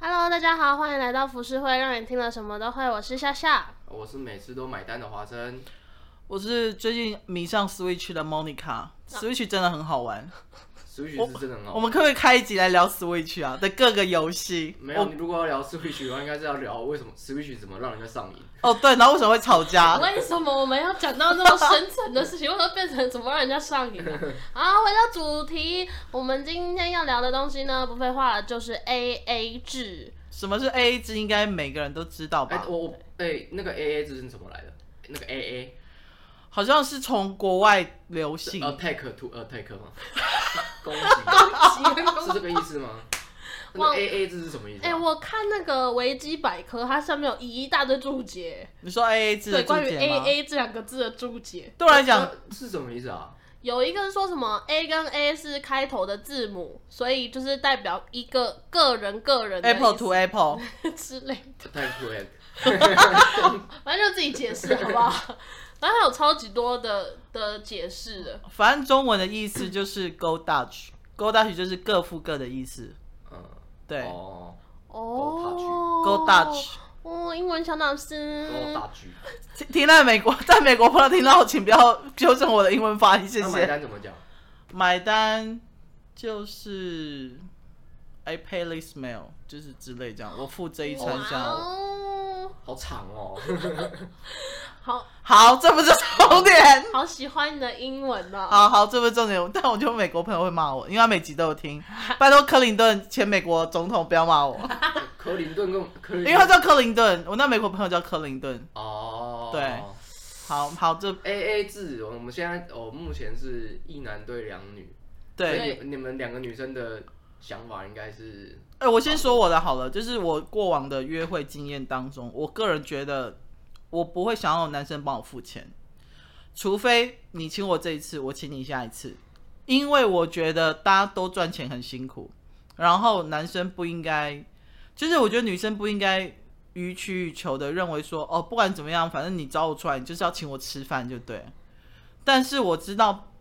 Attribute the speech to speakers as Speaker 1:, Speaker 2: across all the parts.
Speaker 1: 大家好，欢迎来到服饰会，让你听了什么都会。我是夏夏。
Speaker 2: 我是每次都买单的华生，
Speaker 3: 我是最近迷上 Switch 的 Monica，Switch 真的很好玩。
Speaker 2: 数据是真的很好。
Speaker 3: 我们可不可以开一集来聊 Switch 啊的各个游戏？
Speaker 2: 没有，你如果要聊 Switch 的话，应该是要聊为什么 Switch 怎么让人家上瘾。
Speaker 3: 哦，对，然后为什么会吵架？
Speaker 1: 为什么我们要讲到那么深层的事情？为什么变成怎么让人家上瘾 呢、啊？好，回到主题，我们今天要聊的东西呢，不废话了，就是 A A 制。
Speaker 3: 什么是 AA 制？应该每个人都知道
Speaker 2: 哎、
Speaker 3: 吧？
Speaker 2: 我我哎、那个 AA 这是怎么来的？那个 AA
Speaker 3: 好像是从国外流行。
Speaker 2: attack to attack 吗？攻击是这个意思吗？那
Speaker 1: 哇
Speaker 2: 个 AA 这是什么意思啊？
Speaker 1: 哎、我看那个维基百科，它上面有一大堆注解，
Speaker 3: 你说 AA 制
Speaker 1: 对，
Speaker 3: 的注
Speaker 1: 关于
Speaker 3: 解
Speaker 1: A
Speaker 3: 吗？
Speaker 1: A 这两个字的注解。
Speaker 3: 对我来讲，
Speaker 2: 那是什么意思啊？
Speaker 1: 有一个说什么 A 跟 A 是开头的字母，所以就是代表一个个人个人的
Speaker 3: Apple
Speaker 1: 意思
Speaker 3: to Apple，
Speaker 1: 之类的
Speaker 2: attack to attack
Speaker 1: 反正就自己解释好不好？ 反正还有超级多的的解释的，
Speaker 3: 反正中文的意思就是 Go Dutch，Go Dutch 就是各付各的意思。
Speaker 2: 嗯，
Speaker 3: 对
Speaker 2: 哦，
Speaker 1: 哦
Speaker 3: Go Dutch，
Speaker 1: 哦，英文小老师，
Speaker 2: 都大局。
Speaker 3: 听听在美国，在美国朋友听到，请不要纠正我的英文发音，谢
Speaker 2: 那买
Speaker 3: 谢。
Speaker 2: 单怎么讲？
Speaker 3: 买单就是 I pay this meal，就是之类这样，我付这一餐这样。
Speaker 1: 哦，
Speaker 2: 好长 哦，
Speaker 1: 好
Speaker 3: 好，这不是重点。
Speaker 1: 好喜欢你的英文哦呢、
Speaker 3: 好好，这不是重点，但我觉得美国朋友会骂我，因为他每集都有听。拜托克林顿前美国总统不要骂我，
Speaker 2: 克林顿跟克林
Speaker 3: 因
Speaker 2: 顿，
Speaker 3: 为他叫克林顿，我那美国朋友叫克林顿。
Speaker 2: 哦，
Speaker 3: 对好好，这
Speaker 2: A A 制，我们现在哦，目前是一男对两女，所
Speaker 3: 对，
Speaker 2: 以你你们两个女生的想法应该是
Speaker 3: 哎、我先说我的好了，就是我过往的约会经验当中，我个人觉得我不会想要有男生帮我付钱，除非你请我这一次，我请你下一次，因为我觉得大家都赚钱很辛苦，然后男生不应该，就是我觉得女生不应该予取予求的认为说，哦，不管怎么样，反正你找我出来，你就是要请我吃饭就对。但是我知道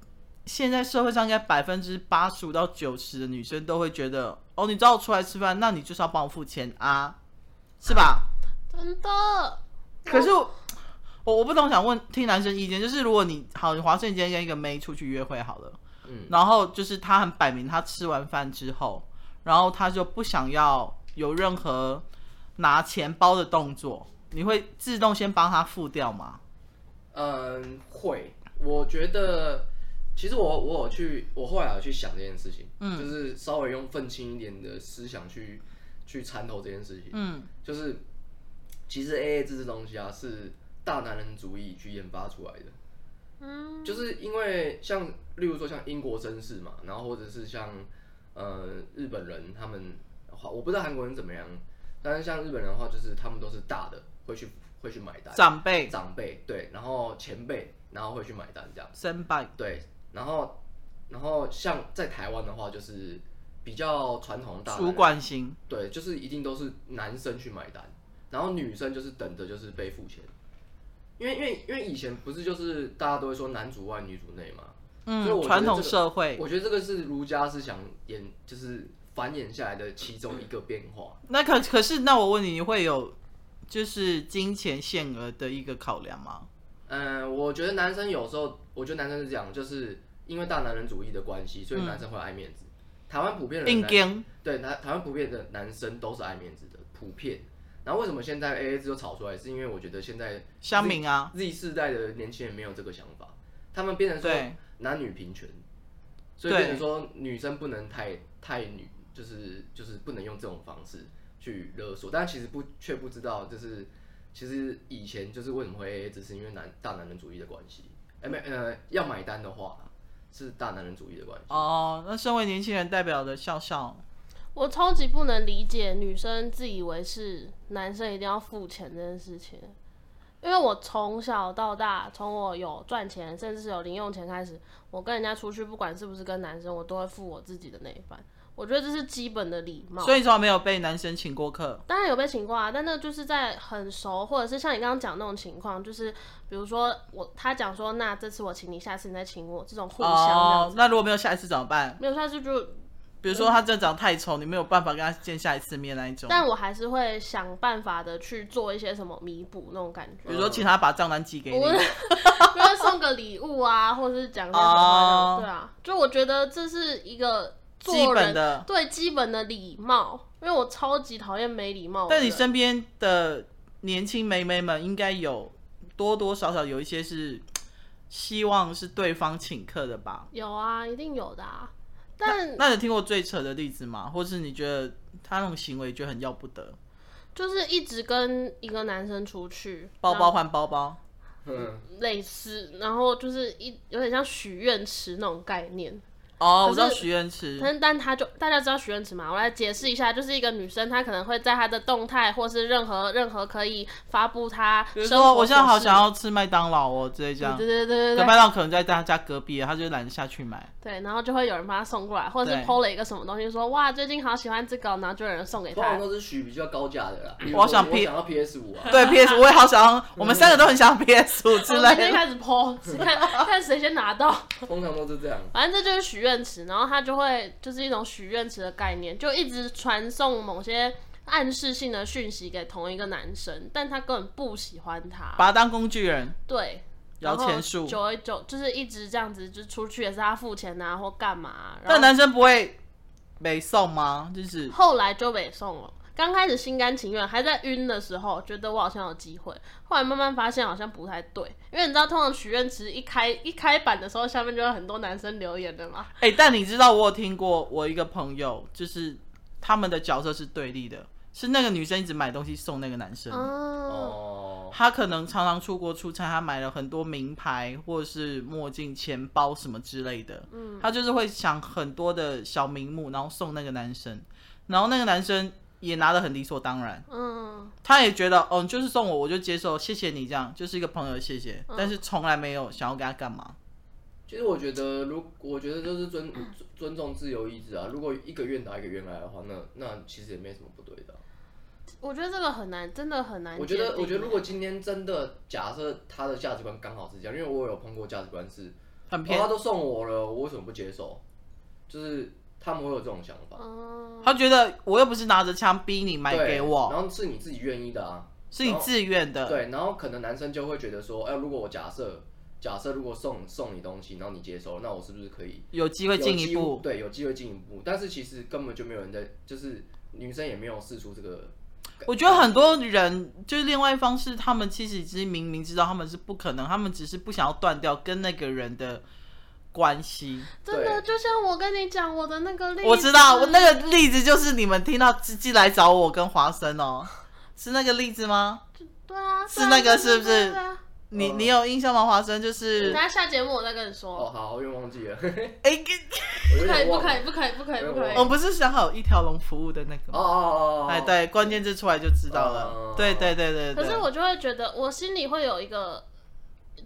Speaker 3: 现在社会上应该百分之八十五到九十的女生都会觉得，哦，你找我出来吃饭，那你就是要帮我付钱啊，是吧？
Speaker 1: 真的，
Speaker 2: 嗯
Speaker 3: 可是我我我不懂，想问听男生意见，就是如果你好，你华盛顿今天跟一个妹出去约会好了，
Speaker 2: 嗯，
Speaker 3: 然后就是他很摆明，他吃完饭之后，然后他就不想要有任何拿钱包的动作，你会自动先帮他付掉吗？
Speaker 2: 嗯，会，我觉得其实我我有去，我后来有去想这件事情，嗯，就是稍微用愤青一点的思想去去参透这件事情，
Speaker 3: 嗯，
Speaker 2: 就是其实 A A 制这东西啊，是大男人主义去研发出来的，
Speaker 1: 嗯，
Speaker 2: 就是因为像，例如说像英国绅士嘛，然后或者是像呃日本人他们，我不知道韩国人怎么样，但是像日本人的话，就是他们都是大的会去会去买单，
Speaker 3: 长辈
Speaker 2: 长辈对，然后前辈，然后会去买单这样，
Speaker 3: 身败，
Speaker 2: 对，然后然后像在台湾的话，就是比较传统的大男人
Speaker 3: 主管型。
Speaker 2: 对，就是一定都是男生去买单，然后女生就是等着就是被付钱，因为因为因为以前不是就是大家都会说男主外女主内嘛，所以我
Speaker 3: 嗯，
Speaker 2: 觉得
Speaker 3: 传
Speaker 2: 这
Speaker 3: 统
Speaker 2: 个
Speaker 3: 社会。
Speaker 2: 我觉得这个是儒家思想演就是繁衍下来的其中一个变化。
Speaker 3: 那可可是，那我问你，你会有就是金钱限额的一个考量吗？
Speaker 2: 嗯，我觉得男生有时候，我觉得男生是这样，就是因为大男人主义的关系，所以男生会爱面子。台湾普遍的
Speaker 3: 硬
Speaker 2: 男
Speaker 3: 跟
Speaker 2: 对，台台湾普遍的男生都是爱面子的，普遍。然后为什么现在 A A 制就炒出来？是因为我觉得现在
Speaker 3: 乡民啊，
Speaker 2: Z 世代的年轻人没有这个想法，他们变成说
Speaker 3: 对
Speaker 2: 男女平权，所以
Speaker 3: 对
Speaker 2: 变成说女生不能太太女，就是就是不能用这种方式去勒索。但其实不却不知道，就是其实以前就是为什么会 AA 制，是因为男大男人主义的关系。哎、没呃，要买单的话是大男人主义的关系。
Speaker 3: 哦，那身为年轻人代表的笑笑，
Speaker 1: 我超级不能理解女生自以为是男生一定要付钱这件事情，因为我从小到大，从我有赚钱，甚至是有零用钱开始，我跟人家出去，不管是不是跟男生，我都会付我自己的那一半。我觉得这是基本的礼貌。
Speaker 3: 所以从来没有被男生请过客。
Speaker 1: 当然有被请过啊，但那就是在很熟，或者是像你刚刚讲那种情况，就是比如说我他讲说，那这次我请你，下次你再请我，这种互相这样
Speaker 3: 哦
Speaker 1: 子，
Speaker 3: 那如果没有下一次怎么办？
Speaker 1: 没有下次就
Speaker 3: 比如说他真的长得太丑，你没有办法跟他见下一次面那一种。
Speaker 1: 但我还是会想办法的去做一些什么弥补那种感觉，
Speaker 3: 比如说请他把账单寄给你
Speaker 1: 我，就会送个礼物啊，或者是讲些什么
Speaker 3: 哦
Speaker 1: 的，对啊，就我觉得这是一个做
Speaker 3: 基本
Speaker 1: 人
Speaker 3: 的
Speaker 1: 对基本的礼貌，因为我超级讨厌没礼貌的
Speaker 3: 但
Speaker 1: 人。
Speaker 3: 你身边的年轻妹妹们应该有多多少少有一些是希望是对方请客的吧？
Speaker 1: 有啊，一定有的啊，但
Speaker 3: 那你听过最扯的例子吗？或是你觉得他那种行为就很要不得，
Speaker 1: 就是一直跟一个男生出去，
Speaker 3: 包包换包包，
Speaker 2: 嗯，
Speaker 1: 类似，然后就是一有点像许愿池那种概念。
Speaker 3: 哦，我知道
Speaker 1: 可是
Speaker 3: 许愿池，
Speaker 1: 但但他就大家知道许愿池嘛，我来解释一下，就是一个女生她可能会在她的动态或是任何任何可以发布她
Speaker 3: 比如
Speaker 1: 生活
Speaker 3: 说我现在好
Speaker 1: 琐事
Speaker 3: 想要吃麦当劳哦，之类这样
Speaker 1: 对。对对对
Speaker 3: 可
Speaker 1: 对
Speaker 3: 麦
Speaker 1: 对
Speaker 3: 当劳可能在他家隔壁，他就懒得下 去买。
Speaker 1: 对，然后就会有人把她送过来，或者是
Speaker 3: 对
Speaker 1: PO 了一个什么东西说哇最近好喜欢这个哦，然后就有人送给
Speaker 2: 通常
Speaker 1: 她。
Speaker 2: 都是许比较高价的啦。
Speaker 3: 我想 P-
Speaker 2: 我想要 PS 五啊，
Speaker 3: 对 PS，我也好想要，我们三个都很想要 PS 五之
Speaker 1: 从
Speaker 3: 类
Speaker 1: 今天
Speaker 3: 的。
Speaker 1: 开始 PO，看 看谁先拿到。
Speaker 2: 通常都是这样。
Speaker 1: 反正这就是许愿池，然后它就会就是一种许愿池的概念，就一直传送某些暗示性的讯息给同一个男生，但他根本不喜欢他，
Speaker 3: 把他当工具人，
Speaker 1: 对，
Speaker 3: 摇
Speaker 1: 然后
Speaker 3: 钱树。
Speaker 1: 久而久就是一直这样子，就出去也是他付钱啊或干嘛啊、
Speaker 3: 但
Speaker 1: 然后
Speaker 3: 男生不会没送吗？就是
Speaker 1: 后来就被送了。刚开始心甘情愿，还在晕的时候，觉得我好像有机会。后来慢慢发现好像不太对，因为你知道，通常许愿池一开一开版的时候，下面就有很多男生留言的嘛。
Speaker 3: 哎、但你知道我有听过我一个朋友，就是他们的角色是对立的，是那个女生一直买东西送那个男生。
Speaker 1: 哦，
Speaker 2: 哦，
Speaker 3: 他可能常常出国出差，他买了很多名牌或是墨镜、钱包什么之类的。嗯，他就是会想很多的小名目，然后送那个男生，然后那个男生也拿得很理所当然，
Speaker 1: 嗯，
Speaker 3: 他也觉得哦，你就是送我，我就接受，谢谢你这样，就是一个朋友，谢谢。
Speaker 2: 嗯
Speaker 3: 但是从来没有想要跟他干嘛。
Speaker 2: 其实我觉得，如我觉得就是尊尊重自由意志啊。如果一个愿打一个愿挨的话，那那其实也没什么不对的啊、
Speaker 1: 我觉得这个很难，真的很难
Speaker 2: 我
Speaker 1: 界
Speaker 2: 觉
Speaker 1: 定。
Speaker 3: 啊
Speaker 2: 得，我觉得如果今天真的假设他的价值观刚好是这样，因为我有碰过价值观是，
Speaker 3: 很
Speaker 2: 哦、他都送我了，我为什么不接受？就是他们会有这种想法，
Speaker 1: 嗯，
Speaker 3: 他觉得我又不是拿着枪逼你买
Speaker 2: 对
Speaker 3: 给我，
Speaker 2: 然后是你自己愿意的啊，
Speaker 3: 是你
Speaker 2: 然后
Speaker 3: 自愿的。
Speaker 2: 对，然后可能男生就会觉得说，哎、如果我假设假设如果送送你东西，然后你接收，那我是不是可以
Speaker 3: 有机会
Speaker 2: 有
Speaker 3: 进一
Speaker 2: 机
Speaker 3: 步，
Speaker 2: 对，有机会进一步，但是其实根本就没有人在，就是女生也没有试出这个。
Speaker 3: 我觉得很多人就是另外一方是他们其实已经明明知道他们是不可能，他们只是不想要断掉跟那个人的关系。
Speaker 1: 真的
Speaker 2: 对
Speaker 1: 就像我跟你讲我的那个例子，
Speaker 3: 我知道，我那
Speaker 1: 啊
Speaker 3: 个例子就是你们听到直接来找我跟华生哦，是那个例子吗？
Speaker 1: 对啊，
Speaker 3: 是那个是不是
Speaker 1: 大
Speaker 3: 你
Speaker 2: 嗯
Speaker 3: 你有印象吗？华生就是
Speaker 1: 家下节目我再跟你说
Speaker 2: 哦，，好，我又忘记了，
Speaker 3: 哎，
Speaker 2: 我有
Speaker 1: 不可以，
Speaker 2: 点
Speaker 1: 不
Speaker 2: 忘了
Speaker 1: 可以，不可以，不可以，不可
Speaker 2: 哎
Speaker 1: 以
Speaker 3: 我。们不是想好有一条龙服务的那个
Speaker 2: 哦
Speaker 3: 吗？
Speaker 2: 哦哦哦，
Speaker 3: 哎，对，关键字出来就知道了
Speaker 2: 哦。
Speaker 3: 对对对对对。
Speaker 1: 可是我就会觉得，我心里会有一个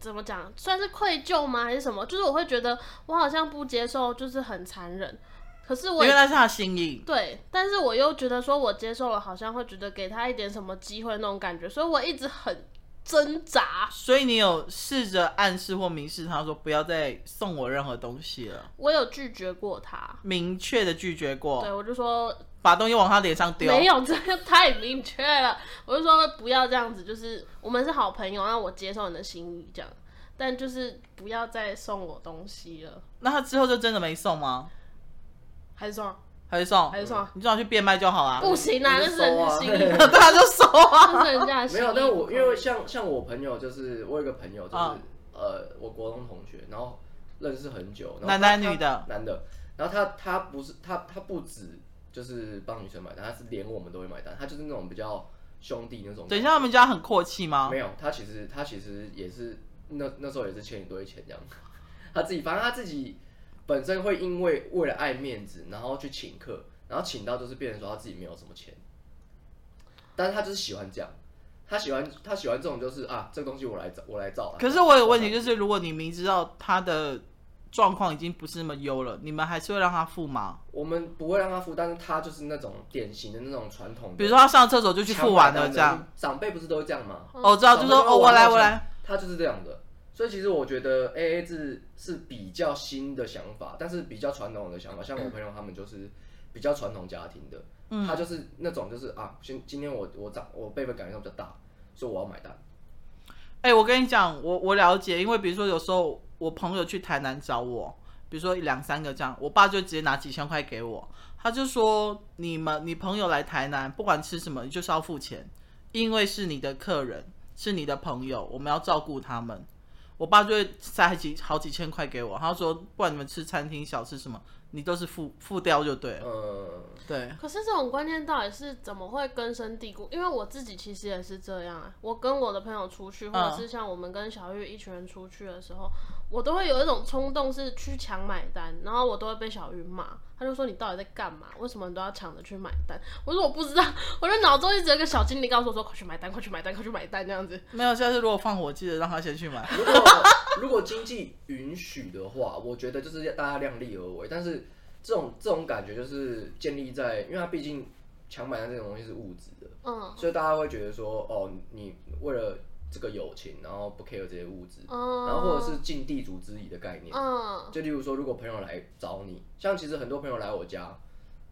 Speaker 1: 怎么讲，算是愧疚吗，还是什么？就是我会觉得我好像不接受，就是很残忍。可是我也
Speaker 3: 因为那是他的心意，
Speaker 1: 对，但是我又觉得说我接受了，好像会觉得给他一点什么机会那种感觉，所以我一直很挣扎。
Speaker 3: 所以你有试着暗示或明示他说不要再送我任何东西了，
Speaker 1: 我有拒绝过他，
Speaker 3: 明确的拒绝过，
Speaker 1: 对我就说
Speaker 3: 把东西往他脸上丢。
Speaker 1: 没有，这个太明确了。我就说不要这样子，就是我们是好朋友，让我接受你的心意这样，但就是不要再送我东西了，
Speaker 3: 那他之后就真的没送吗？
Speaker 1: 还是送
Speaker 3: 还是送？
Speaker 1: 还是送，
Speaker 3: 你最好去变卖就好啊。
Speaker 1: 不行啊，
Speaker 2: 我
Speaker 1: 那
Speaker 2: 就是
Speaker 1: 人
Speaker 2: 收
Speaker 1: 家
Speaker 2: 啊
Speaker 1: 心意，
Speaker 3: 对啊，就收啊。
Speaker 1: 那是人家的心
Speaker 2: 没
Speaker 1: 意。
Speaker 2: 有，但我因为
Speaker 1: 像
Speaker 2: 像像我朋友就是我有一个朋友就是、
Speaker 3: 啊
Speaker 2: 呃我国中同学，然后认识很久，然后
Speaker 3: 男
Speaker 2: 他
Speaker 3: 男女的，
Speaker 2: 男的，然后他他不是他他不止就是帮女生买单，他是连我们都会买单，他就是那种比较兄弟那种。
Speaker 3: 等一下他们家很阔气吗？
Speaker 2: 没有，他其实他其实也是那那时候也是欠一堆钱这样， 他自己反正他自己本身会因为为了爱面子，然后去请客，然后请到就是变成说他自己没有什么钱，但是他就是喜欢这样，他喜欢他喜欢这种就是啊这个东西我来造我来造啦
Speaker 3: 可是我有个问题，
Speaker 2: 我来
Speaker 3: 就是如果你明知道他的状况已经不是那么优了，你们还是会让他付吗？
Speaker 2: 啊我们不会让他付，但是他就是那种典型的那种传统的，
Speaker 3: 比如说他上厕所就去付完
Speaker 2: 强买
Speaker 3: 了
Speaker 2: 单
Speaker 3: 这样。，
Speaker 2: 长辈不是都这样吗？
Speaker 1: 嗯
Speaker 3: 哦，我知道，就说哦，我来，我来。，
Speaker 2: 他就是这样的。所以其实我觉得 A A 制是比较新的想法，但是比较传统的想法。像我朋友他们就是比较传统家庭的，
Speaker 3: 嗯
Speaker 2: 他就是那种就是啊，今今天我我长我辈分感觉上比较大，所以我要买单。
Speaker 3: 哎、我跟你讲，我我了解，因为比如说有时候我朋友去台南找我，比如说两三个这样，我爸就直接拿几千块给我，他就说你们你朋友来台南，不管吃什么，你就是要付钱，因为是你的客人，是你的朋友，我们要照顾他们。我爸就会塞几好几千块给我，他说不管你们吃餐厅小吃什么，你都是付付掉就对了。
Speaker 2: 呃，
Speaker 3: 对，
Speaker 1: 可是这种观念到底是怎么会根深蒂固？因为我自己其实也是这样啊。我跟我的朋友出去，
Speaker 2: 嗯
Speaker 1: 或者是像我们跟小玉一群人出去的时候，我都会有一种冲动是去抢买单，然后我都会被小玉骂。他就说你到底在干嘛？为什么你都要抢着去买单？我说我不知道， 我就脑中一直有一个小精灵告诉我说快去买单，快去买单，快去买单这样子。
Speaker 3: 没有下次如果放火，记得让他先去买。
Speaker 2: 如果 如果经济允许的话，我觉得就是大家量力而为。但是这种这种感觉就是建立在，因为它毕竟强买单这种东西是物质的，
Speaker 1: 嗯
Speaker 2: 所以大家会觉得说，哦，你为了这个友情，然后不 care 这些物质，
Speaker 1: 嗯，
Speaker 2: 然后或者是尽地主之谊的概念。
Speaker 1: 嗯
Speaker 2: 就例如说，如果朋友来找你，像其实很多朋友来我家，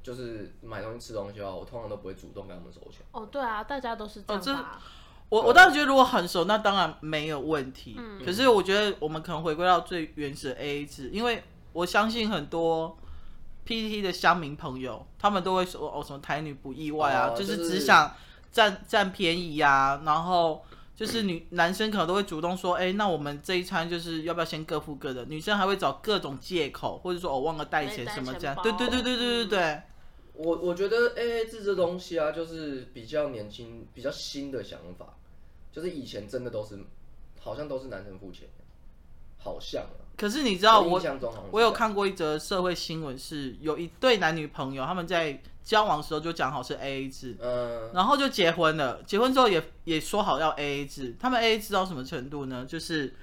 Speaker 2: 就是买东西吃东西的话，我通常都不会主动跟他们收钱。
Speaker 1: 哦对啊，大家都是这样
Speaker 3: 这
Speaker 1: 吧？
Speaker 3: 我我当然觉得，如果很熟，那当然没有问题。
Speaker 1: 嗯
Speaker 3: 可是我觉得我们可能回归到最原始的 AA 制，因为我相信很多 PTT 的乡民朋友，他们都会说哦什么台女不意外啊，
Speaker 2: 哦
Speaker 3: 就
Speaker 2: 就是是
Speaker 3: 只想占占便宜啊，然后就是女男生可能都会主动说，哎、那我们这一餐就是要不要先各付各的？女生还会找各种借口，或者说我、哦、忘了带
Speaker 1: 没
Speaker 3: 钱
Speaker 1: 带
Speaker 3: 什么
Speaker 1: 钱
Speaker 3: 这样。
Speaker 1: 包嗯
Speaker 3: 对对对对对对对。
Speaker 2: 我我觉得 A A 制这东西啊，就是比较年轻、比较新的想法，就是以前真的都是，好像都是男生付钱，好像啊。
Speaker 3: 可是你知道
Speaker 2: 我
Speaker 3: 我
Speaker 2: 印象中好像是
Speaker 3: 我有看过一则社会新闻，是有一对男女朋友，他们在交往的时候就讲好是 A A 制，
Speaker 2: 这样，嗯、
Speaker 3: 然后就结婚了。结婚之后也也说好要 A A 制，他们 A A 制到什么程度呢？就是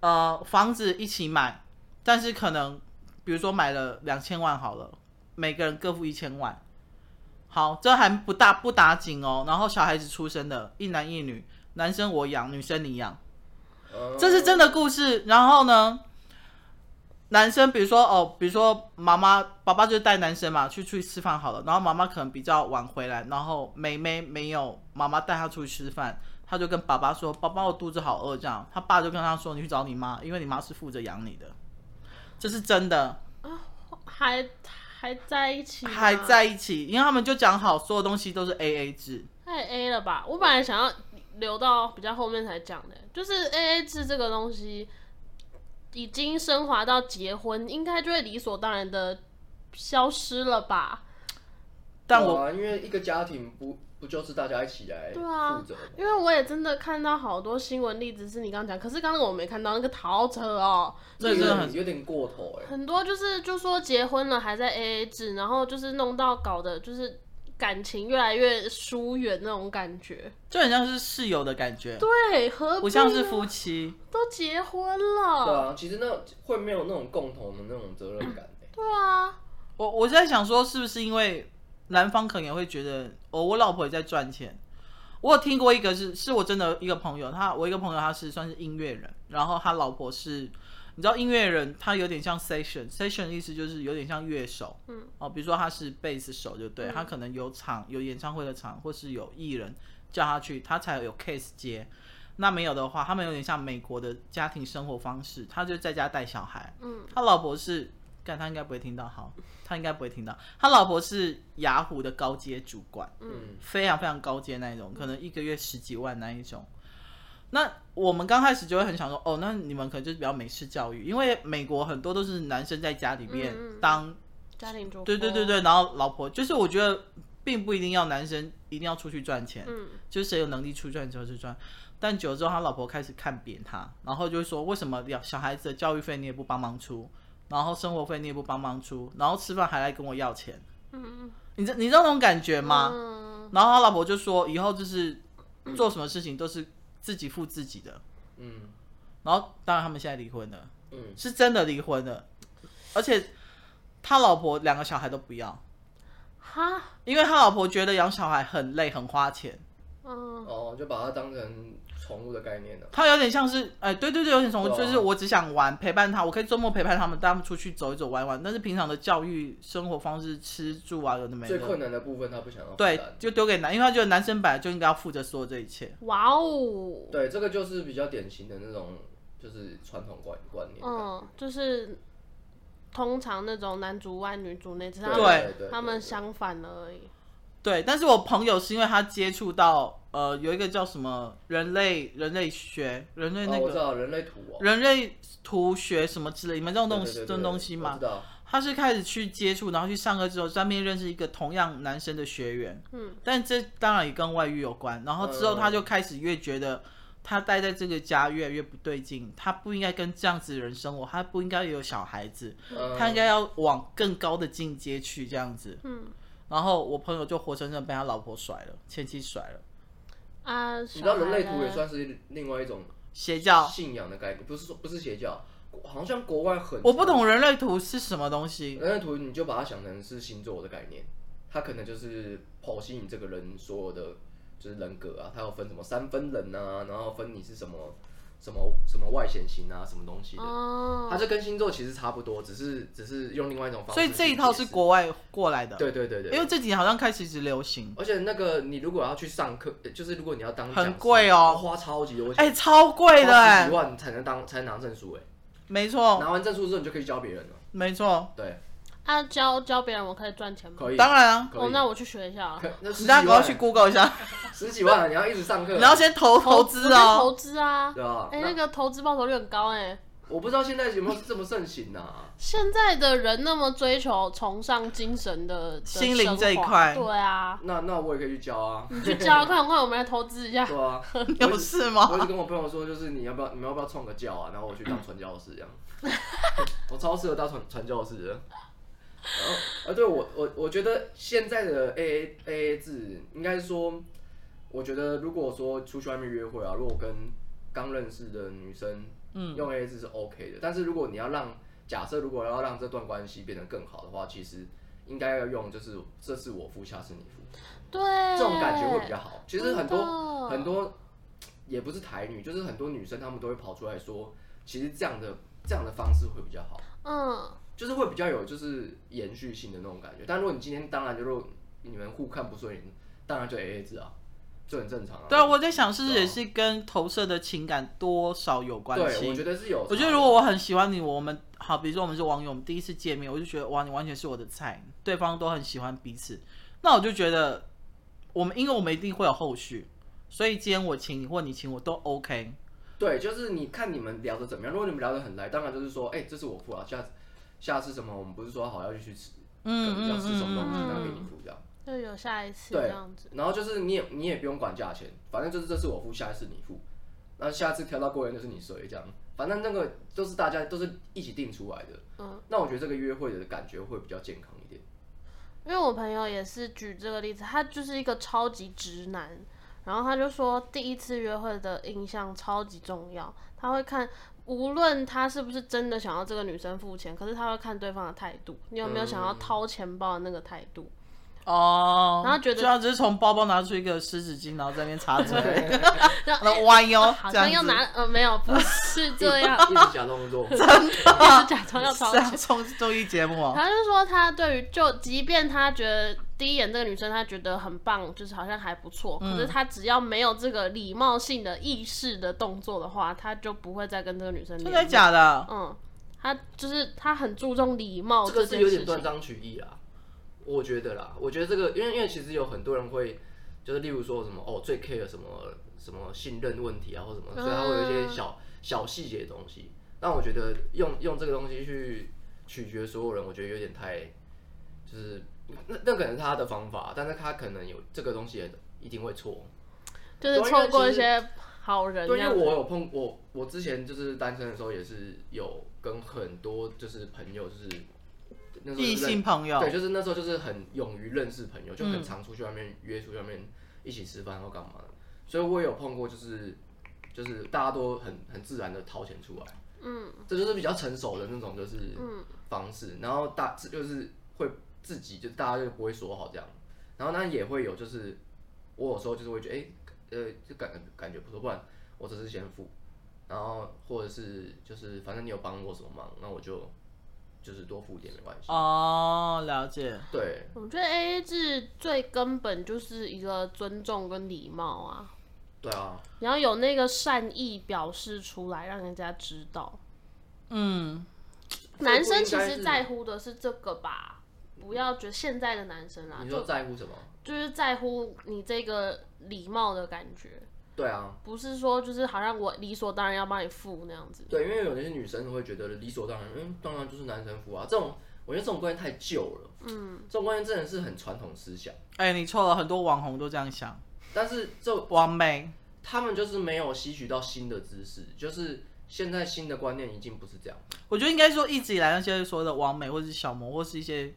Speaker 3: 呃房子一起买，但是可能比如说买了两千万好了，每个人各付一千万。好，这还不大不打紧哦。然后小孩子出生了，一男一女，男生我养，女生你养。
Speaker 2: 嗯
Speaker 3: 这是真的故事。然后呢，男生比如说哦，比如说妈妈、爸爸就带男生嘛去出去吃饭好了，然后妈妈可能比较晚回来，然后妹妹没有妈妈带她出去吃饭，她就跟爸爸说：“爸爸，我肚子好饿。”这样，他爸就跟他说：“你去找你妈，因为你妈是负责养你的。”这是真的，
Speaker 2: 哦
Speaker 1: 还还在一起吗，
Speaker 3: 还在一起，因为他们就讲好，所有东西都是 A A 制。
Speaker 1: 太 A 了吧？我本来想要留到比较后面才讲的，就是 AA 制这个东西已经升华到结婚，应该就会理所当然的消失了吧？
Speaker 3: 但
Speaker 2: 对
Speaker 3: 我
Speaker 2: 啊、因为一个家庭不不就是大家一起来
Speaker 1: 对啊
Speaker 2: 负责吗？
Speaker 1: 因为我也真的看到好多新闻例子，是你刚讲，可是刚刚我没看到那个陶车哦，
Speaker 3: 这真的很
Speaker 2: 有点过头哎、
Speaker 1: 很多就是就说结婚了还在 AA 制，然后就是弄到搞的就是感情越来越疏远那种感觉。
Speaker 3: 就很像是室友的感觉，
Speaker 1: 对，啊何必
Speaker 3: 不像是
Speaker 1: 呢
Speaker 3: 夫妻。
Speaker 1: 都结婚了，
Speaker 2: 对啊，其实那会没有那种共同的那种责任感、欸、
Speaker 1: 对啊
Speaker 3: 我我在想说，是不是因为男方可能也会觉得，哦，我老婆也在赚钱。我有听过一个是，是我真的一个朋友，他我一个朋友他是算是音乐人，然后他老婆是，你知道音乐人他有点像 session，session 意思就是有点像乐手，嗯，哦，比如说他是贝斯手就对，他可能有场有演唱会的场，或是有艺人叫他去，他才有 case 接。那没有的话，他们有点像美国的家庭生活方式，他就在家带小孩，嗯，他老婆是，干他应该不会听到，好，他应该不会听到，他老婆是雅虎的高阶主管。
Speaker 2: 嗯，
Speaker 3: 非常非常高阶那一种，可能一个月十几万那一种。那我们刚开始就会很想说，哦，那你们可能就是比较美式教育，因为美国很多都是男生在家里面
Speaker 1: 嗯嗯嗯
Speaker 3: 当，
Speaker 1: 家庭主妇，
Speaker 3: 对对对对，然后老婆就是我觉得并不一定要男生一定要出去赚钱，
Speaker 1: 嗯
Speaker 3: 就是谁有能力出去赚钱就去赚。但久了之后，他老婆开始看扁他，然后就会说，为什么要小孩子的教育费你也不帮忙出，然后生活费你也不帮忙出，然后吃饭还来跟我要钱，
Speaker 1: 嗯，
Speaker 3: 你知你知道那种感觉吗？
Speaker 1: 嗯
Speaker 3: 然后他老婆就说，以后就是做什么事情都是自己付自己的。
Speaker 2: 嗯
Speaker 3: 然后当然他们现在离婚了，
Speaker 2: 嗯，
Speaker 3: 是真的离婚了，而且他老婆两个小孩都不要，
Speaker 1: 哈，
Speaker 3: 因为他老婆觉得养小孩很累很花钱，
Speaker 1: 嗯，
Speaker 2: 哦，就把它当成宠物的概念了、啊
Speaker 3: 它有点像是，哎，对对对，有点宠物，
Speaker 2: 对啊
Speaker 3: 就是我只想玩，陪伴他，我可以周末陪伴他们，带他们出去走一走，玩一玩。但是平常的教育、生活方式、吃住啊，有的没
Speaker 2: 最
Speaker 3: 的，
Speaker 2: 困难的部分他不想要负
Speaker 3: 对
Speaker 2: 担，
Speaker 3: 就丢给男，因为他觉得男生本来就应该要负责所有这一切。
Speaker 1: 哇哦，
Speaker 2: 对，这个就是比较典型的那种就是传统观观念。啊
Speaker 1: 嗯，就是通常那种男主外女主内，只是他
Speaker 2: 对
Speaker 1: 们
Speaker 2: 对对
Speaker 1: 嗯他们
Speaker 2: 对
Speaker 1: 相反了而已。
Speaker 3: 对，但是我朋友是因为他接触到，呃，有一个叫什么人类人类学，人类那
Speaker 2: 哦，我知
Speaker 3: 个、
Speaker 2: 道人类图哦，
Speaker 3: 人类图学什么之类，你们这种东西
Speaker 2: 对对对对
Speaker 3: 这种东西
Speaker 2: 我
Speaker 3: 嘛
Speaker 2: 知，道，
Speaker 1: 啊
Speaker 3: 他是开始去接触，然后去上课之后，上面认识一个同样男生的学员，
Speaker 1: 嗯，
Speaker 3: 但这当然也跟外遇有关。然后之后
Speaker 2: 嗯
Speaker 3: 他就开始越觉得他待在这个家越来越不对劲，他不应该跟这样子的人生活，他不应该有小孩子，
Speaker 2: 嗯
Speaker 3: 他应该要往更高的境界去这样子。
Speaker 1: 嗯
Speaker 3: 然后我朋友就活生生被他老婆甩了，前妻甩了，
Speaker 1: 啊，你
Speaker 2: 你知道人类图也算是另外一种
Speaker 3: 邪教。
Speaker 2: 信仰的概念，不是说不是邪教，好像国外很
Speaker 3: 我不懂人类图是什么东西，
Speaker 2: 人类图，你就把它想成是星座的概念，它可能就是剖析你这个人所有的就是人格啊，它有分什么三分人啊，然后分你是什么什么什么外显型啊，什么东西的，它
Speaker 1: 哦，
Speaker 2: 这跟星座其实差不多，只是只是用另外一种方式
Speaker 3: 所
Speaker 2: 去解
Speaker 3: 以
Speaker 2: 释。
Speaker 3: 这一套是国外过来的。
Speaker 2: 对对对对，
Speaker 3: 因
Speaker 1: 嗯
Speaker 3: 为这几年好像开始一直流行。
Speaker 2: 而且那个你如果要去上课，呃就是如果你要当
Speaker 3: 很
Speaker 2: 讲师
Speaker 3: 贵哦
Speaker 2: 花超级多钱，
Speaker 3: 哎、超贵的
Speaker 2: 花
Speaker 3: 哎、哦
Speaker 2: 十几万才能当才能拿证书哎，
Speaker 3: 没错，
Speaker 2: 拿完证书之后你就可以教别人了，
Speaker 3: 没错，
Speaker 2: 对，
Speaker 1: 啊，教教别人我可以赚钱吗？
Speaker 2: 可以，
Speaker 3: 当然啊，
Speaker 2: 可以
Speaker 1: 哦，那我去学一下啊。
Speaker 2: 可那十
Speaker 3: 你
Speaker 2: 几
Speaker 3: 大家赶快
Speaker 2: 万
Speaker 3: 去 Google 一下，
Speaker 2: 十几万，你要一直上课，
Speaker 3: 你要先投投
Speaker 1: 我
Speaker 3: 资
Speaker 1: 先
Speaker 3: 哦。
Speaker 1: 投资啊！
Speaker 2: 对啊，
Speaker 1: 哎，
Speaker 2: 那
Speaker 1: 那个投资报酬率很高哎。
Speaker 2: 我不知道现在有没有这么盛行啊？
Speaker 1: 现在的人那么追求崇尚精神的的
Speaker 3: 心灵
Speaker 1: 升
Speaker 3: 这一
Speaker 1: 华
Speaker 3: 块
Speaker 1: 对啊，
Speaker 2: 那那我也可以去教啊，
Speaker 1: 你去教看快，我们来投资一下。
Speaker 2: 对啊，
Speaker 3: 有事
Speaker 2: 我一
Speaker 3: 吗？
Speaker 2: 直跟我朋友说，就是你要不要，你们要不要创个教啊？然后我去当传教士这样， 我超适合当传传教士的。然后啊，对我我我觉得现在的 A A A A 制，应该说，我觉得如果说出去外面约会啊，如果跟刚认识的女生，嗯，用 A A 制是 OK 的。但是如果你要让假设如果要让这段关系变得更好的话，其实应该要用就是这是我付，下次你付，
Speaker 1: 对，
Speaker 2: 这种感觉会比较好。其实很多
Speaker 1: 多
Speaker 2: 很多也不是台女，就是很多女生她们都会跑出来说，其实这样的这样的方式会比较好，
Speaker 1: 嗯，
Speaker 2: 就是会比较有就是延续性的那种感觉。但如果你今天当然就如果你们互看不顺眼，当然就 A A 制啊，就很正常啊。
Speaker 3: 对啊，我在想是不是
Speaker 2: 对啊
Speaker 3: 也是跟投射的情感多少有关
Speaker 2: 对，我
Speaker 3: 系
Speaker 2: 觉。得是有差的。
Speaker 3: 我觉得如果我很喜欢你，我们好，比如说我们是网友，我们第一次见面，我就觉得哇，你完全是我的菜，对方都很喜欢彼此，那我就觉得我们因为我们一定会有后续，所以今天我请你或你请我都 OK。
Speaker 2: 对，就是你看你们聊的怎么样。如果你们聊得很来，当然就是说，哎、这是我付啊，下次下次什么我们不是说好要去吃，
Speaker 3: 嗯
Speaker 2: 要
Speaker 3: 嗯
Speaker 2: 吃什
Speaker 3: 嗯
Speaker 2: 么东西，
Speaker 3: 嗯
Speaker 2: 那
Speaker 1: 嗯
Speaker 2: 给你付这样。
Speaker 1: 就有下一次
Speaker 2: 对
Speaker 1: 这样子。
Speaker 2: 然后就是你也你也不用管价钱，反正就是这次我付，下一次你付，那下次调到过人就是你谁这样，反正那个都是大家都是一起定出来的。
Speaker 1: 嗯，
Speaker 2: 那我觉得这个约会的感觉会比较健康一点。
Speaker 1: 因为我朋友也是举这个例子，他就是一个超级直男，然后他就说第一次约会的印象超级重要，他会看无论他是不是真的想要这个女生付钱，可是他会看对方的态度，你有没有
Speaker 2: 嗯
Speaker 1: 想要掏钱包的那个态 度。
Speaker 3: 哦，
Speaker 1: 然后觉得
Speaker 3: 就要只是从包包拿出一个湿纸巾，然后在那边擦嘴， 然后弯腰，
Speaker 1: 好
Speaker 3: 哦这
Speaker 1: 像
Speaker 3: 样
Speaker 1: 要
Speaker 3: 子，
Speaker 1: 拿呃没有不是这 样，
Speaker 2: 一直假动作，
Speaker 1: 就是假装要掏
Speaker 3: 是
Speaker 1: 钱
Speaker 3: 啊，。综综艺节目 哦，
Speaker 1: 他就说他对于就即便他觉得第一眼这个女生他觉得很棒，就是好像还不错，可是他只要没有这个礼貌性的意识的动作的话，他就不会再跟这个女生
Speaker 3: 真的
Speaker 1: 联络。
Speaker 3: 假的？
Speaker 1: 嗯，他就是他很注重礼貌
Speaker 2: 这个
Speaker 1: 哦件
Speaker 2: 是有
Speaker 1: 事情
Speaker 2: 点断。章取义啊，我觉得啦，我觉得这个因为因为其实有很多人会就是例如说什么哦最 care 什么什么信任问题啊或什么，所以他会有一
Speaker 1: 嗯
Speaker 2: 些小小细节的东西。但我觉得用用这个东西去取决所有人，我觉得有点太就是那那可能是他的方法，但是他可能有这个东西也一定会错。
Speaker 1: 就是
Speaker 2: 对因为
Speaker 1: 错过一
Speaker 2: 其实
Speaker 1: 些好人这
Speaker 2: 对，因
Speaker 1: 样
Speaker 2: 为
Speaker 1: 子。
Speaker 2: 我有碰我我之前就是单身的时候也是有跟很多就是朋友就是那时候就是
Speaker 3: 异
Speaker 2: 在
Speaker 3: 性朋友
Speaker 2: 对，就是那时候就是很勇于认识朋友，就很常出去外面、约出去外面一起吃饭或干嘛的。所以我也有碰过，就是就是大家都很很自然的掏钱出来，嗯，这就是比较成熟的那种就是方式。然后大就是会自己就大家就不会说好这样，然后那也会有就是我有时候就是会觉得哎、呃，就感感觉不错，不然我只是先付，然后或者是就是反正你有帮我什么忙，那我就就是多付一点没关系。
Speaker 3: 哦，了解。
Speaker 2: 对，
Speaker 1: 我觉得 A A 制最根本就是一个尊重跟礼貌啊，
Speaker 2: 对啊，
Speaker 1: 你要有那个善意表示出来，让人家知道。
Speaker 3: 嗯，
Speaker 1: 男生其
Speaker 2: 这不应该
Speaker 1: 实
Speaker 2: 是
Speaker 1: 在乎的是这个吧，不要觉得现在的男生啦
Speaker 2: 你，说
Speaker 1: 就
Speaker 2: 在乎什么？
Speaker 1: 就是在乎你这个礼貌的感觉，
Speaker 2: 对啊，
Speaker 1: 不是说就是好像我理所当然要帮你付那样子。
Speaker 2: 对，因为有些女生会觉得理所当然，嗯，当然就是男生付啊。这种我觉得这种观念太旧了，嗯，这种观念真的是很传统思想。
Speaker 3: 哎、你错了，很多网红都这样想。
Speaker 2: 但是这
Speaker 3: 王梅，
Speaker 2: 他们就是没有吸取到新的知识，就是现在新的观念已经不是这样。
Speaker 3: 我觉得应该说一直以来那些说的王美或是小模或是一些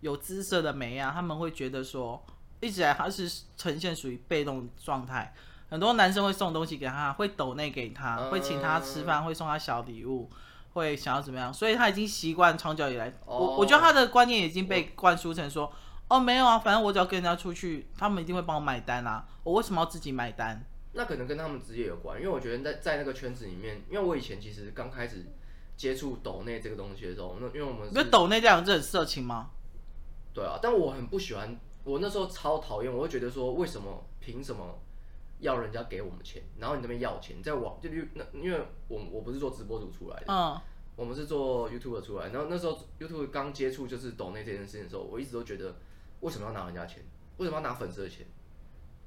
Speaker 3: 有姿色的美啊，他们会觉得说，一直以来他是呈现属于被动状态。很多男生会送东西给他，会抖内给他，
Speaker 2: 嗯
Speaker 3: 会请他吃饭，会送他小礼物，会想要怎么样，所以他已经习惯长久以来，我
Speaker 2: 哦
Speaker 3: 我觉得他的观念已经被灌输成说，哦没有啊，反正我只要跟人家出去，他们一定会帮我买单啊，我为什么要自己买单？
Speaker 2: 那可能跟他们职业有关，因为我觉得在在那个圈子里面，因为我以前其实刚开始接触抖内这个东西的时候，那因为我们
Speaker 3: 你觉
Speaker 2: 哦是
Speaker 3: 得抖内这两个字很色情吗？
Speaker 2: 对啊，但我很不喜欢，我那时候超讨厌，我会觉得说为什么凭什么要人家给我们钱，然后你这边要钱，在网就就那因为我我不是做直播主出来的，
Speaker 3: 嗯，
Speaker 2: 我们是做 YouTube 出来，然后那时候 YouTube 刚接触就是抖内这件事情的时候，我一直都觉得为什么要拿人家钱，为什么要拿粉丝的钱，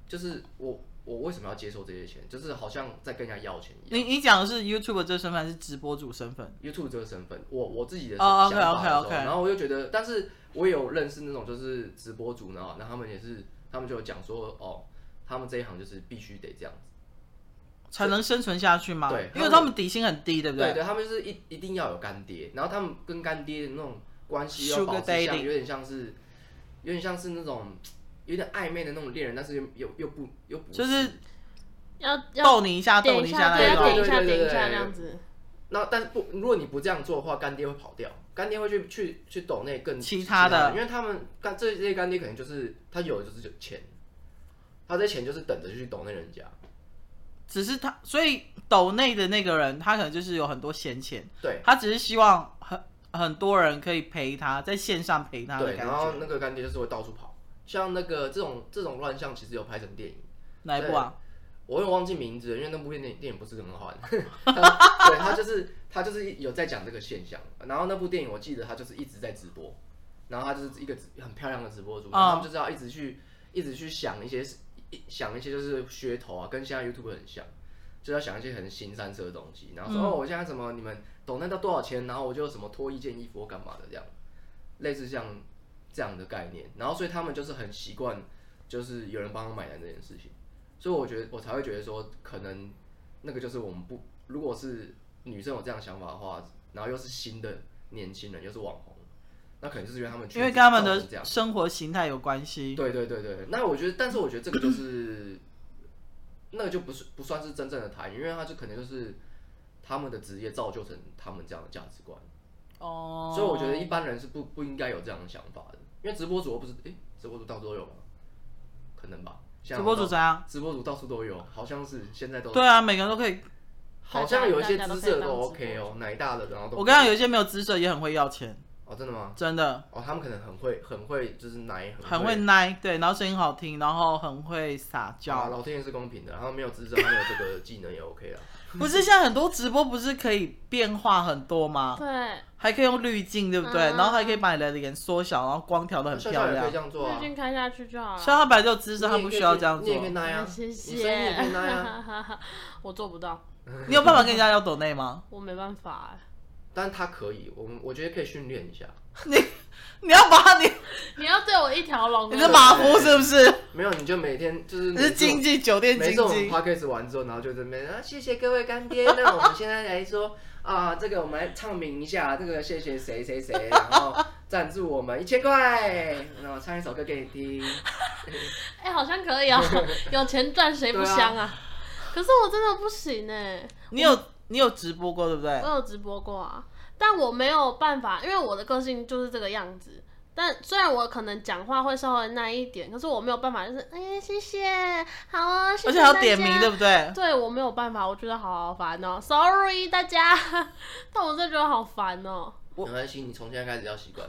Speaker 2: 就是我我为什么要接受这些钱，就是好像在跟人家要钱一样。
Speaker 3: 你你讲的是 YouTube 这身份还是直播主身份？
Speaker 2: YouTube 这个身份，我我自己的
Speaker 3: 哦
Speaker 2: 想法的时候
Speaker 3: OK，OK，OK
Speaker 2: 然后我就觉得，但是我也有认识那种就是直播主呢，那他们也是，他们就有讲说，哦，他们这一行就是必须得这样子，
Speaker 3: 才能生存下去吗？
Speaker 2: 对
Speaker 3: 因为他们底薪很低，对不
Speaker 2: 对
Speaker 3: 对？
Speaker 2: 对，他们就是一一定要有干爹，然后他们跟干爹的那种关系要
Speaker 3: Sugar
Speaker 2: 保持像
Speaker 3: daddy
Speaker 2: 有点像是，有点像是那种有点暧昧的那种恋人，但是又又又不又不
Speaker 3: 就是
Speaker 1: 要要
Speaker 3: 逗你一下，逗
Speaker 1: 点
Speaker 3: 你
Speaker 1: 一
Speaker 3: 下
Speaker 1: 对，
Speaker 3: 那
Speaker 1: 要点
Speaker 2: 对对
Speaker 1: 一
Speaker 3: 种。
Speaker 1: 下，
Speaker 2: 对对
Speaker 1: 点一下
Speaker 2: 对
Speaker 1: 那样子。
Speaker 2: 那但是不，如果你不这样做的话，干爹会跑掉，干爹会去去去抖那更
Speaker 3: 其他的
Speaker 2: 因为他们干这这些干爹可能就是他有的就是钱，他这钱就是等着去抖那人家，
Speaker 3: 只是他，所以抖内的那个人，他可能就是有很多闲钱，
Speaker 2: 对
Speaker 3: 他只是希望很很多人可以陪他，在线上陪他的
Speaker 2: 对，
Speaker 3: 感
Speaker 2: 然后
Speaker 3: 觉。
Speaker 2: 那个干爹就是会到处跑，像那个这种这种乱象其实有拍成电影，
Speaker 3: 哪一部啊？
Speaker 2: 我有忘记名字了，因为那部电影电影不是很好看，但对他就是他就是有在讲这个现象，然后那部电影我记得他就是一直在直播，然后他就是一个直很漂亮的直播主，
Speaker 3: 嗯
Speaker 2: 然后他们就是要一直去一直去想一些一想一些就是噱头啊，跟现在 YouTube 很像，就要想一些很新三色的东西，然后说、哦我现在什么你们懂那到多少钱，然后我就什么脱一件衣服或干嘛的这样，类似像这样的概念，然后所以他们就是很习惯就是有人帮他买单这件事情。所以我觉得我才会觉得说，可能那个就是我们不，如果是女生有这样想法的话，然后又是新的年轻人，又是网红，那可能就是因为他们
Speaker 3: 因为
Speaker 2: 圈子
Speaker 3: 跟他们
Speaker 2: 造成这
Speaker 3: 的
Speaker 2: 样，
Speaker 3: 生活形态有关系。
Speaker 2: 对对对对。那我觉得，但是我觉得这个就是那个就不是不算是真正的台，因为他就可能就是他们的职业造就成他们这样的价值观，
Speaker 3: 哦，
Speaker 2: 所以我觉得一般人是不不应该有这样的想法的，因为直播主又不是诶、直播主到处都有吗？可能吧。现在
Speaker 3: 直播主
Speaker 2: 好像
Speaker 3: 怎样？
Speaker 2: 直播主到处都有，好像是现在都
Speaker 3: 对啊，每个人都可以。
Speaker 2: 好像有一些姿色
Speaker 1: 大家
Speaker 2: 都
Speaker 1: 都
Speaker 2: OK 哦，奶大的然后都
Speaker 3: 我跟你讲，有一些没有姿色也很会要钱，
Speaker 2: 哦，真的吗？
Speaker 3: 真的。
Speaker 2: 哦，他们可能很会很会就是奶
Speaker 3: 很会
Speaker 2: 会
Speaker 3: 奶，对，然后声音好听，然后很会撒
Speaker 2: 啊，
Speaker 3: 娇。
Speaker 2: 老天爷是公平的，然后没有姿色，没有这个技能也 OK 啦。
Speaker 3: 不是现在很多直播不是可以变化很多吗？
Speaker 1: 对，
Speaker 3: 还可以用滤镜，对不对？
Speaker 1: 嗯
Speaker 3: 然后还可以把你的脸缩小，然后光调的很
Speaker 2: 笑笑
Speaker 3: 漂
Speaker 2: 也可
Speaker 3: 亮
Speaker 2: 以这。样做
Speaker 1: 滤
Speaker 2: 啊，
Speaker 1: 镜开下去就好
Speaker 3: 肖
Speaker 1: 了。
Speaker 3: 他本来就有姿色，他不需要这样
Speaker 2: 你也可以
Speaker 3: 做。
Speaker 2: 奶啊，
Speaker 1: 谢
Speaker 2: 你声音也可以
Speaker 1: 谢。
Speaker 2: 奶啊，
Speaker 1: 我做不到，
Speaker 3: 你有办法跟人家要抖内吗？
Speaker 1: 我没办法哎。
Speaker 2: 但是他可以，我们我觉得可以训练一下。
Speaker 3: 你要把你
Speaker 1: 你要对我一条龙，
Speaker 3: 你是马夫是不是？
Speaker 2: 没有，你就每天就是
Speaker 3: 你是经济酒店
Speaker 2: 没
Speaker 3: 经
Speaker 2: 事，我们
Speaker 3: 济
Speaker 2: podcast 完之后，然后就这边啊，谢谢各位干爹。那我们现在来说 啊，这个我们来唱名一下，这个谢谢谁谁谁，然后赞助我们一千块，然后唱一首歌给你听。
Speaker 1: 哎、好像可以 哦，有钱赚谁不香啊？可是我真的不行哎、
Speaker 3: 你有你有直播
Speaker 2: 嗯
Speaker 3: 过对不对
Speaker 1: 我？有直播过啊，但我没有办法，因为我的个性就是这个样子。但虽然我可能讲话会稍微那一点，可是我没有办法，就是哎、谢谢，好啊，谢谢
Speaker 3: 而且还要
Speaker 1: 大
Speaker 3: 点
Speaker 1: 家
Speaker 3: 名，对不对？
Speaker 1: 对我没有办法，我觉得好烦哦、s o r r y 大家， 但我真的觉得好烦哦、
Speaker 2: 没关系，你从现在开始要习惯。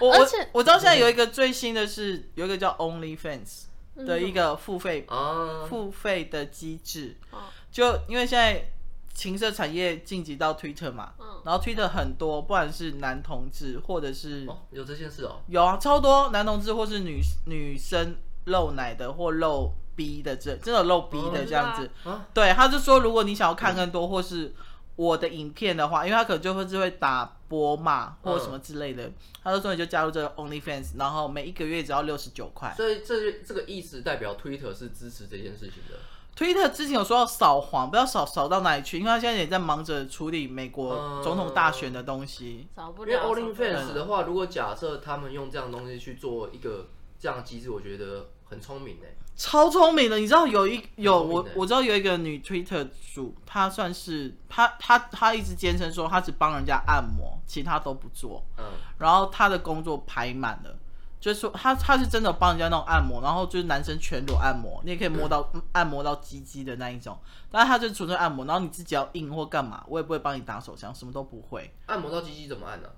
Speaker 3: 我
Speaker 1: 而
Speaker 3: 我
Speaker 1: 且
Speaker 3: 我知道现在有一个最新的是有一个叫 OnlyFans 的一个付费
Speaker 2: 啊，
Speaker 3: 付费的机制
Speaker 1: 哦，
Speaker 3: 就因为现在情色产业晋级到 Twitter 嘛，然后 Twitter 很多，不管是男同志或者是
Speaker 2: 哦，有这件事哦。
Speaker 3: 有啊，超多男同志或是女女生露奶的或露 B 的这真的有露 B 的这样子，
Speaker 2: 啊，
Speaker 3: 对，他就说如果你想要看更多或是我的影片的话，因为他可能就会是会打波嘛或什么之类的，他就说你就加入这个 OnlyFans，然后每一个月只要六十九块。
Speaker 2: 所以这这个意思代表 Twitter 是支持这件事情的。
Speaker 3: Twitter 之前有说要扫黄，不要扫扫到哪里去，因为他现在也在忙着处理美国
Speaker 2: 呃
Speaker 3: 总统大选的东西。
Speaker 1: 少不
Speaker 2: 因为
Speaker 1: 了。
Speaker 2: OnlyFans 的话，如果假设他们用这样的东西去做一个这样的机制，我觉得很聪明欸诶。
Speaker 3: 超聪明的，你知道有一有
Speaker 2: 很聪明
Speaker 3: 我
Speaker 2: 的
Speaker 3: 我知道有一个女 Twitter 主，她算是她她她一直坚称说她只帮人家按摩，其他都不做，
Speaker 2: 嗯，
Speaker 3: 然后她的工作排满了。就是说，她她是真的帮人家那种按摩，然后就是男生全裸按摩，你也可以 摸到、按摩到鸡鸡的那一种，但是她就纯粹按摩，然后你自己要硬或干嘛，我也不会帮你打手枪，什么都不会，
Speaker 2: 按摩到鸡鸡怎么按啊呢、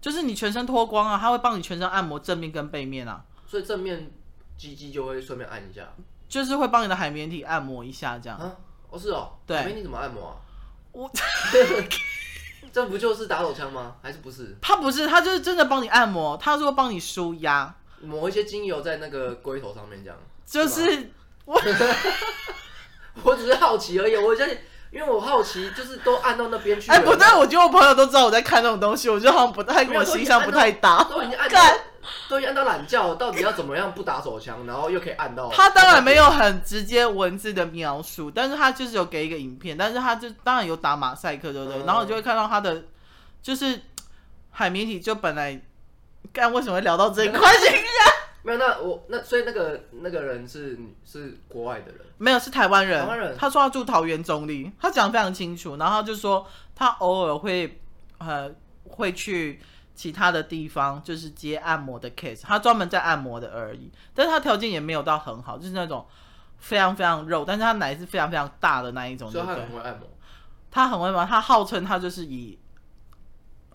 Speaker 3: 就是你全身脱光啊，她会帮你全身按摩正面跟背面啊，
Speaker 2: 所以正面鸡鸡就会顺便按一下
Speaker 3: 就是会帮你的海绵体按摩一下这样。
Speaker 2: 啊？哦，是哦。
Speaker 3: 对
Speaker 2: 海绵你怎么按摩啊？
Speaker 3: 我
Speaker 2: 这不就是打手枪吗？还是不是？
Speaker 3: 他不是，他就是真的帮你按摩，他说帮你舒压，
Speaker 2: 抹一些精油在那个龟头上面这样？
Speaker 3: 就是
Speaker 2: 吗
Speaker 3: 是
Speaker 2: 我只是好奇而已，我在因为我好奇，就是都按到那边去了。
Speaker 3: 哎、不对，我觉得我朋友都知道我在看这种东西，我觉得好像不太跟我形象不太搭。
Speaker 2: 都已经按到
Speaker 3: 干，
Speaker 2: 都已经按到懒觉，到底要怎么样不打手枪，然后又可以按到？
Speaker 3: 他当然没有很直接文字的描述，但是他就是有给一个影片，但是他就当然有打马赛克，对不对？
Speaker 2: 嗯
Speaker 3: 然后你就会看到他的就是海绵体，就本来干为什么会聊到这一块？
Speaker 2: 没有，那我那所以那个那个人是是国外的人，
Speaker 3: 没有，是台湾人。
Speaker 2: 台湾人
Speaker 3: 他说他住桃园中立，他讲得非常清楚，然后他就说他偶尔会呃会去其他的地方，就是接按摩的 case，他专门在按摩的而已。但是他条件也没有到很好，就是那种非常非常肉，但是他奶是非常非常大的那一种，
Speaker 2: 所以他
Speaker 3: 对不对
Speaker 2: 很？会按摩。
Speaker 3: 他很会玩，他号称他就是以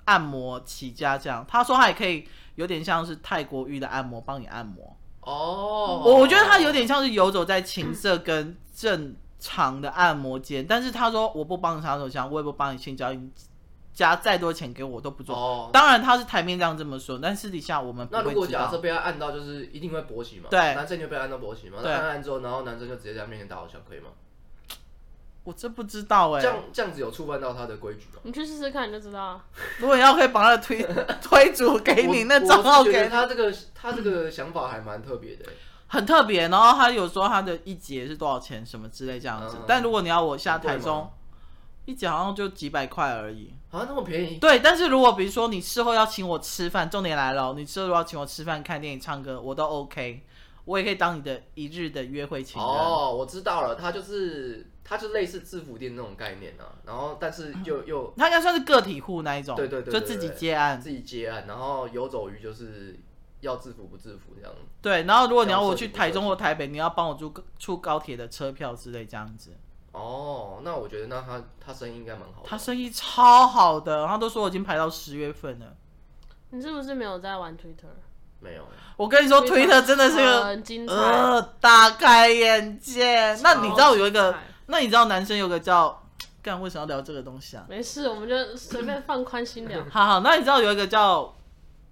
Speaker 3: 按摩起家这样。他说他也可以有点像是泰国浴的按摩，帮你按摩。
Speaker 2: 哦，
Speaker 3: 我我觉得他有点像是游走在情色跟正常的按摩间，但是他说我不帮你擦手枪，我也不帮你性交易，你加再多钱给我都不做。
Speaker 2: 哦。
Speaker 3: 当然他是台面上这么说，但私底下我嗯们不
Speaker 2: 那如
Speaker 3: 会
Speaker 2: 果
Speaker 3: 知
Speaker 2: 假
Speaker 3: 道
Speaker 2: 设。被他按到，就是一定会勃起嘛？
Speaker 3: 对
Speaker 2: 男生就被按到勃起嘛？那
Speaker 3: 对
Speaker 2: 按按之后，然后男生就直接在他面前打手枪，可以吗？
Speaker 3: 我真不知道哎、
Speaker 2: 这样这样子有触犯到他的规矩吗？
Speaker 1: 你去试试看你就知道了。
Speaker 3: 如果你要可以把他的 推推主给你，
Speaker 2: 我
Speaker 3: 那账号
Speaker 2: 我是觉
Speaker 3: 给
Speaker 2: 得
Speaker 3: 你
Speaker 2: 他这个他这个想法还蛮特别的欸。
Speaker 3: 很特别。然后他有说他的一节是多少钱什么之类这样子，
Speaker 2: 嗯
Speaker 3: 但如果你要我下
Speaker 2: 很贵
Speaker 3: 台
Speaker 2: 吗
Speaker 3: 中，一节好像就几百块而已。
Speaker 2: 啊，那么便宜？
Speaker 3: 对，但是如果比如说你事后要请我吃饭，重点来了哦，你事后要请我吃饭、看电影、唱歌，我都 OK，我也可以当你的一日的约会情人。
Speaker 2: 哦，我知道了，它就是它就类似制服店那种概念啊，然后但是 又又
Speaker 3: 他应该算是个体户那一种，
Speaker 2: 对对对
Speaker 3: 就
Speaker 2: 对
Speaker 3: 自己
Speaker 2: 对
Speaker 3: 接案。
Speaker 2: 自己接案，然后游走于就是要制服不制服这样。
Speaker 3: 对，然后如果你要
Speaker 2: 这样
Speaker 3: 我
Speaker 2: 设计
Speaker 3: 去
Speaker 2: 不
Speaker 3: 台
Speaker 2: 设
Speaker 3: 中或台北，你要帮我出出高铁的车票之类这样子。
Speaker 2: 哦，那我觉得那他他生意应该蛮好的。
Speaker 3: 他生意超好的，他都说我已经排到十月份了。
Speaker 1: 你是不是没有在玩 Twitter？
Speaker 2: 没有，
Speaker 3: 我跟你说，推特真的是个
Speaker 1: 很精彩。
Speaker 3: 呃大开眼界。那你知道有一
Speaker 1: 超精
Speaker 3: 个
Speaker 1: 彩，
Speaker 3: 那你知道男生有个叫干为什么要聊这个东西啊？。
Speaker 1: 没事，我们就随便放宽心聊
Speaker 3: 好好，那你知道有一个叫，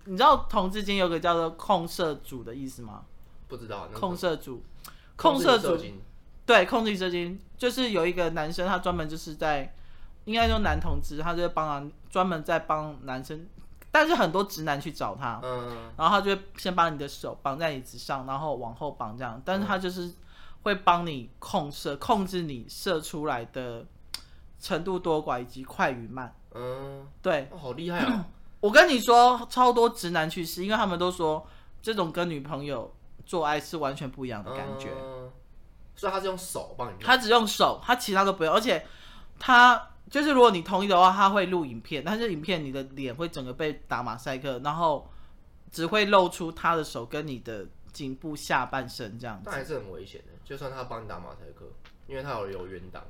Speaker 3: 你知道同志间有个叫做控色组的意思吗？
Speaker 2: 不知道那个
Speaker 3: 控色组，
Speaker 2: 嗯控
Speaker 3: 控色
Speaker 2: 制射
Speaker 3: 组，
Speaker 2: 精
Speaker 3: 对，控制射精，就是有一个男生，他专门就是在，应该说男同志，他就会帮忙，专门在帮男生，但是很多直男去找他，
Speaker 2: 嗯，
Speaker 3: 然后他就会先把你的手绑在椅子上，然后往后绑这样，但是他就是会帮你控射，控制你射出来的程度多寡以及快与慢，
Speaker 2: 嗯，
Speaker 3: 对。
Speaker 2: 哦好厉害哦！
Speaker 3: 我跟你说，超多直男去试，因为他们都说这种跟女朋友做爱是完全不一样的感觉。
Speaker 2: 嗯所以他是用手帮你弄，
Speaker 3: 他只用手，他其他都不用，而且他就是如果你同意的话，他会录影片，但是影片你的脸会整个被打马赛克，然后只会露出他的手跟你的颈部下半身这样子。
Speaker 2: 但还是很危险的。就算他帮你打马赛克，因为他有有原档，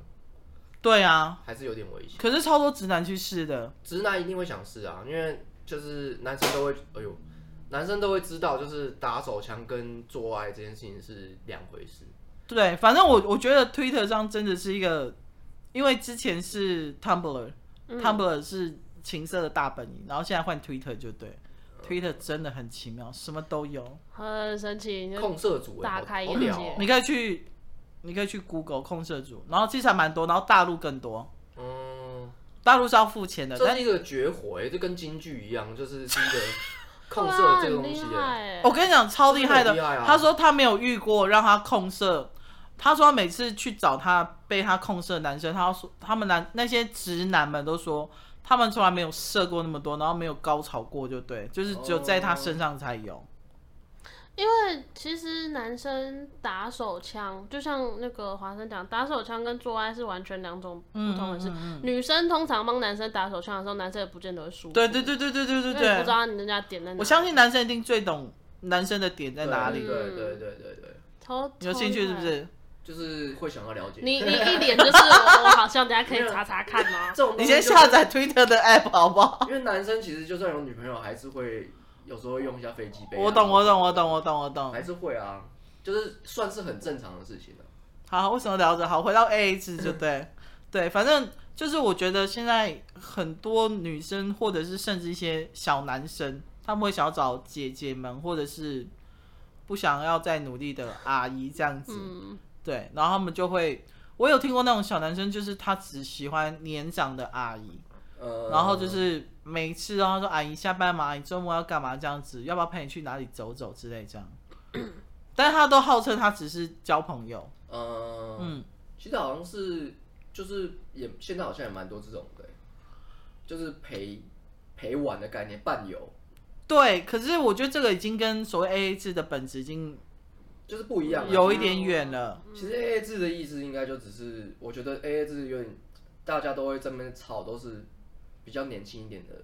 Speaker 3: 对啊，
Speaker 2: 还是有点危险。
Speaker 3: 可是超多直男去试的，
Speaker 2: 直男一定会想试啊，因为就是男生都会，哎呦，男生都会知道，就是打手枪跟做爱这件事情是两回事。
Speaker 3: 对，反正我我觉得 Twitter 上真的是一个，因为之前是 Tumblr，Tumblr、是
Speaker 1: 嗯
Speaker 3: 情色的大本营，然后现在换 Twitter 就对，Twitter 真的很奇妙，什么都有。
Speaker 1: 很神奇，你就
Speaker 2: 控射组、欸，
Speaker 1: 嗯大
Speaker 2: 好
Speaker 1: 开
Speaker 2: 好
Speaker 1: 眼
Speaker 2: 屌
Speaker 1: 界
Speaker 2: 哦
Speaker 3: 你可以去，你可以去 Google 控社组，然后其实还蛮多，然后大陆更多，
Speaker 2: 啊嗯，
Speaker 3: 大陆是要付钱的，
Speaker 2: 这
Speaker 3: 但
Speaker 2: 是一个绝活、欸，这跟京剧一样，就是是一 个控
Speaker 1: 对
Speaker 2: 射
Speaker 1: 啊，
Speaker 2: 这
Speaker 1: 很
Speaker 2: 个东
Speaker 1: 厉
Speaker 2: 西的、
Speaker 1: 害欸，
Speaker 3: 我跟你讲超厉害的，
Speaker 2: 真的很厉害啊
Speaker 3: 他说他没有遇过让他控射，他说他每次去找他被他控射的男生，他要说他们男那些直男们都说他们从来没有射过那么多，然后没有高潮过，就对，就是只有在他身上才有。
Speaker 1: 因为其实男生打手枪，就像那个华生讲，打手枪跟做爱是完全两种不同的
Speaker 3: 嗯
Speaker 1: 事。女生通常帮男生打手枪的时候，男生也不见得会舒服，
Speaker 3: 对对对对对对对
Speaker 1: 因为你不
Speaker 3: 对
Speaker 1: 知，道人家点在哪。
Speaker 3: 我相信男生一定最懂男生的点在
Speaker 2: 对
Speaker 3: 哪里，
Speaker 2: 对对对对对，
Speaker 1: 超
Speaker 3: 有兴趣是不？
Speaker 1: 超厉害
Speaker 3: 是？
Speaker 2: 就是会想要了解。
Speaker 1: 你你一脸就是我，我好像等下 可以查查看吗
Speaker 2: 这？种东
Speaker 3: 你
Speaker 2: 西
Speaker 3: 先
Speaker 2: 就是
Speaker 3: 下载 Twitter 的 app 哦好不好？
Speaker 2: 因为男生其实就算有女朋友，还是会有时候会用一下飞机杯、啊
Speaker 3: 我懂，我懂，我，懂，我懂，我懂。
Speaker 2: 还是会啊，就是算是很正常的事情啊了、
Speaker 3: 好，为什么聊着？好，回到 A A 制就对，对，反正就是我觉得现在很多女生，或者是甚至一些小男生，他们会想要找姐姐们，或者是不想要再努力的阿姨这样子，
Speaker 1: 嗯，
Speaker 3: 对，然后他们就会，我有听过那种小男生，就是他只喜欢年长的阿姨，
Speaker 2: 呃，
Speaker 1: 嗯
Speaker 3: 然后就是每次然后说阿姨下班嘛，阿姨周末要干嘛这样子，要不要陪你去哪里走走之类 这样，但是他都号称他只是交朋友。
Speaker 2: 呃，嗯，其实好像是就是也现在好像也蛮多这种的欸、就是陪陪玩的概念，伴游
Speaker 3: 对，可是我觉得这个已经跟所谓 A A 制的本质已经
Speaker 2: 就是不一样啊。
Speaker 3: 有一点远了。
Speaker 1: 嗯
Speaker 2: 其实 A A 制的意思应该就只是，我觉得 A A 制有点大家都会这么吵，都是比较年轻一点的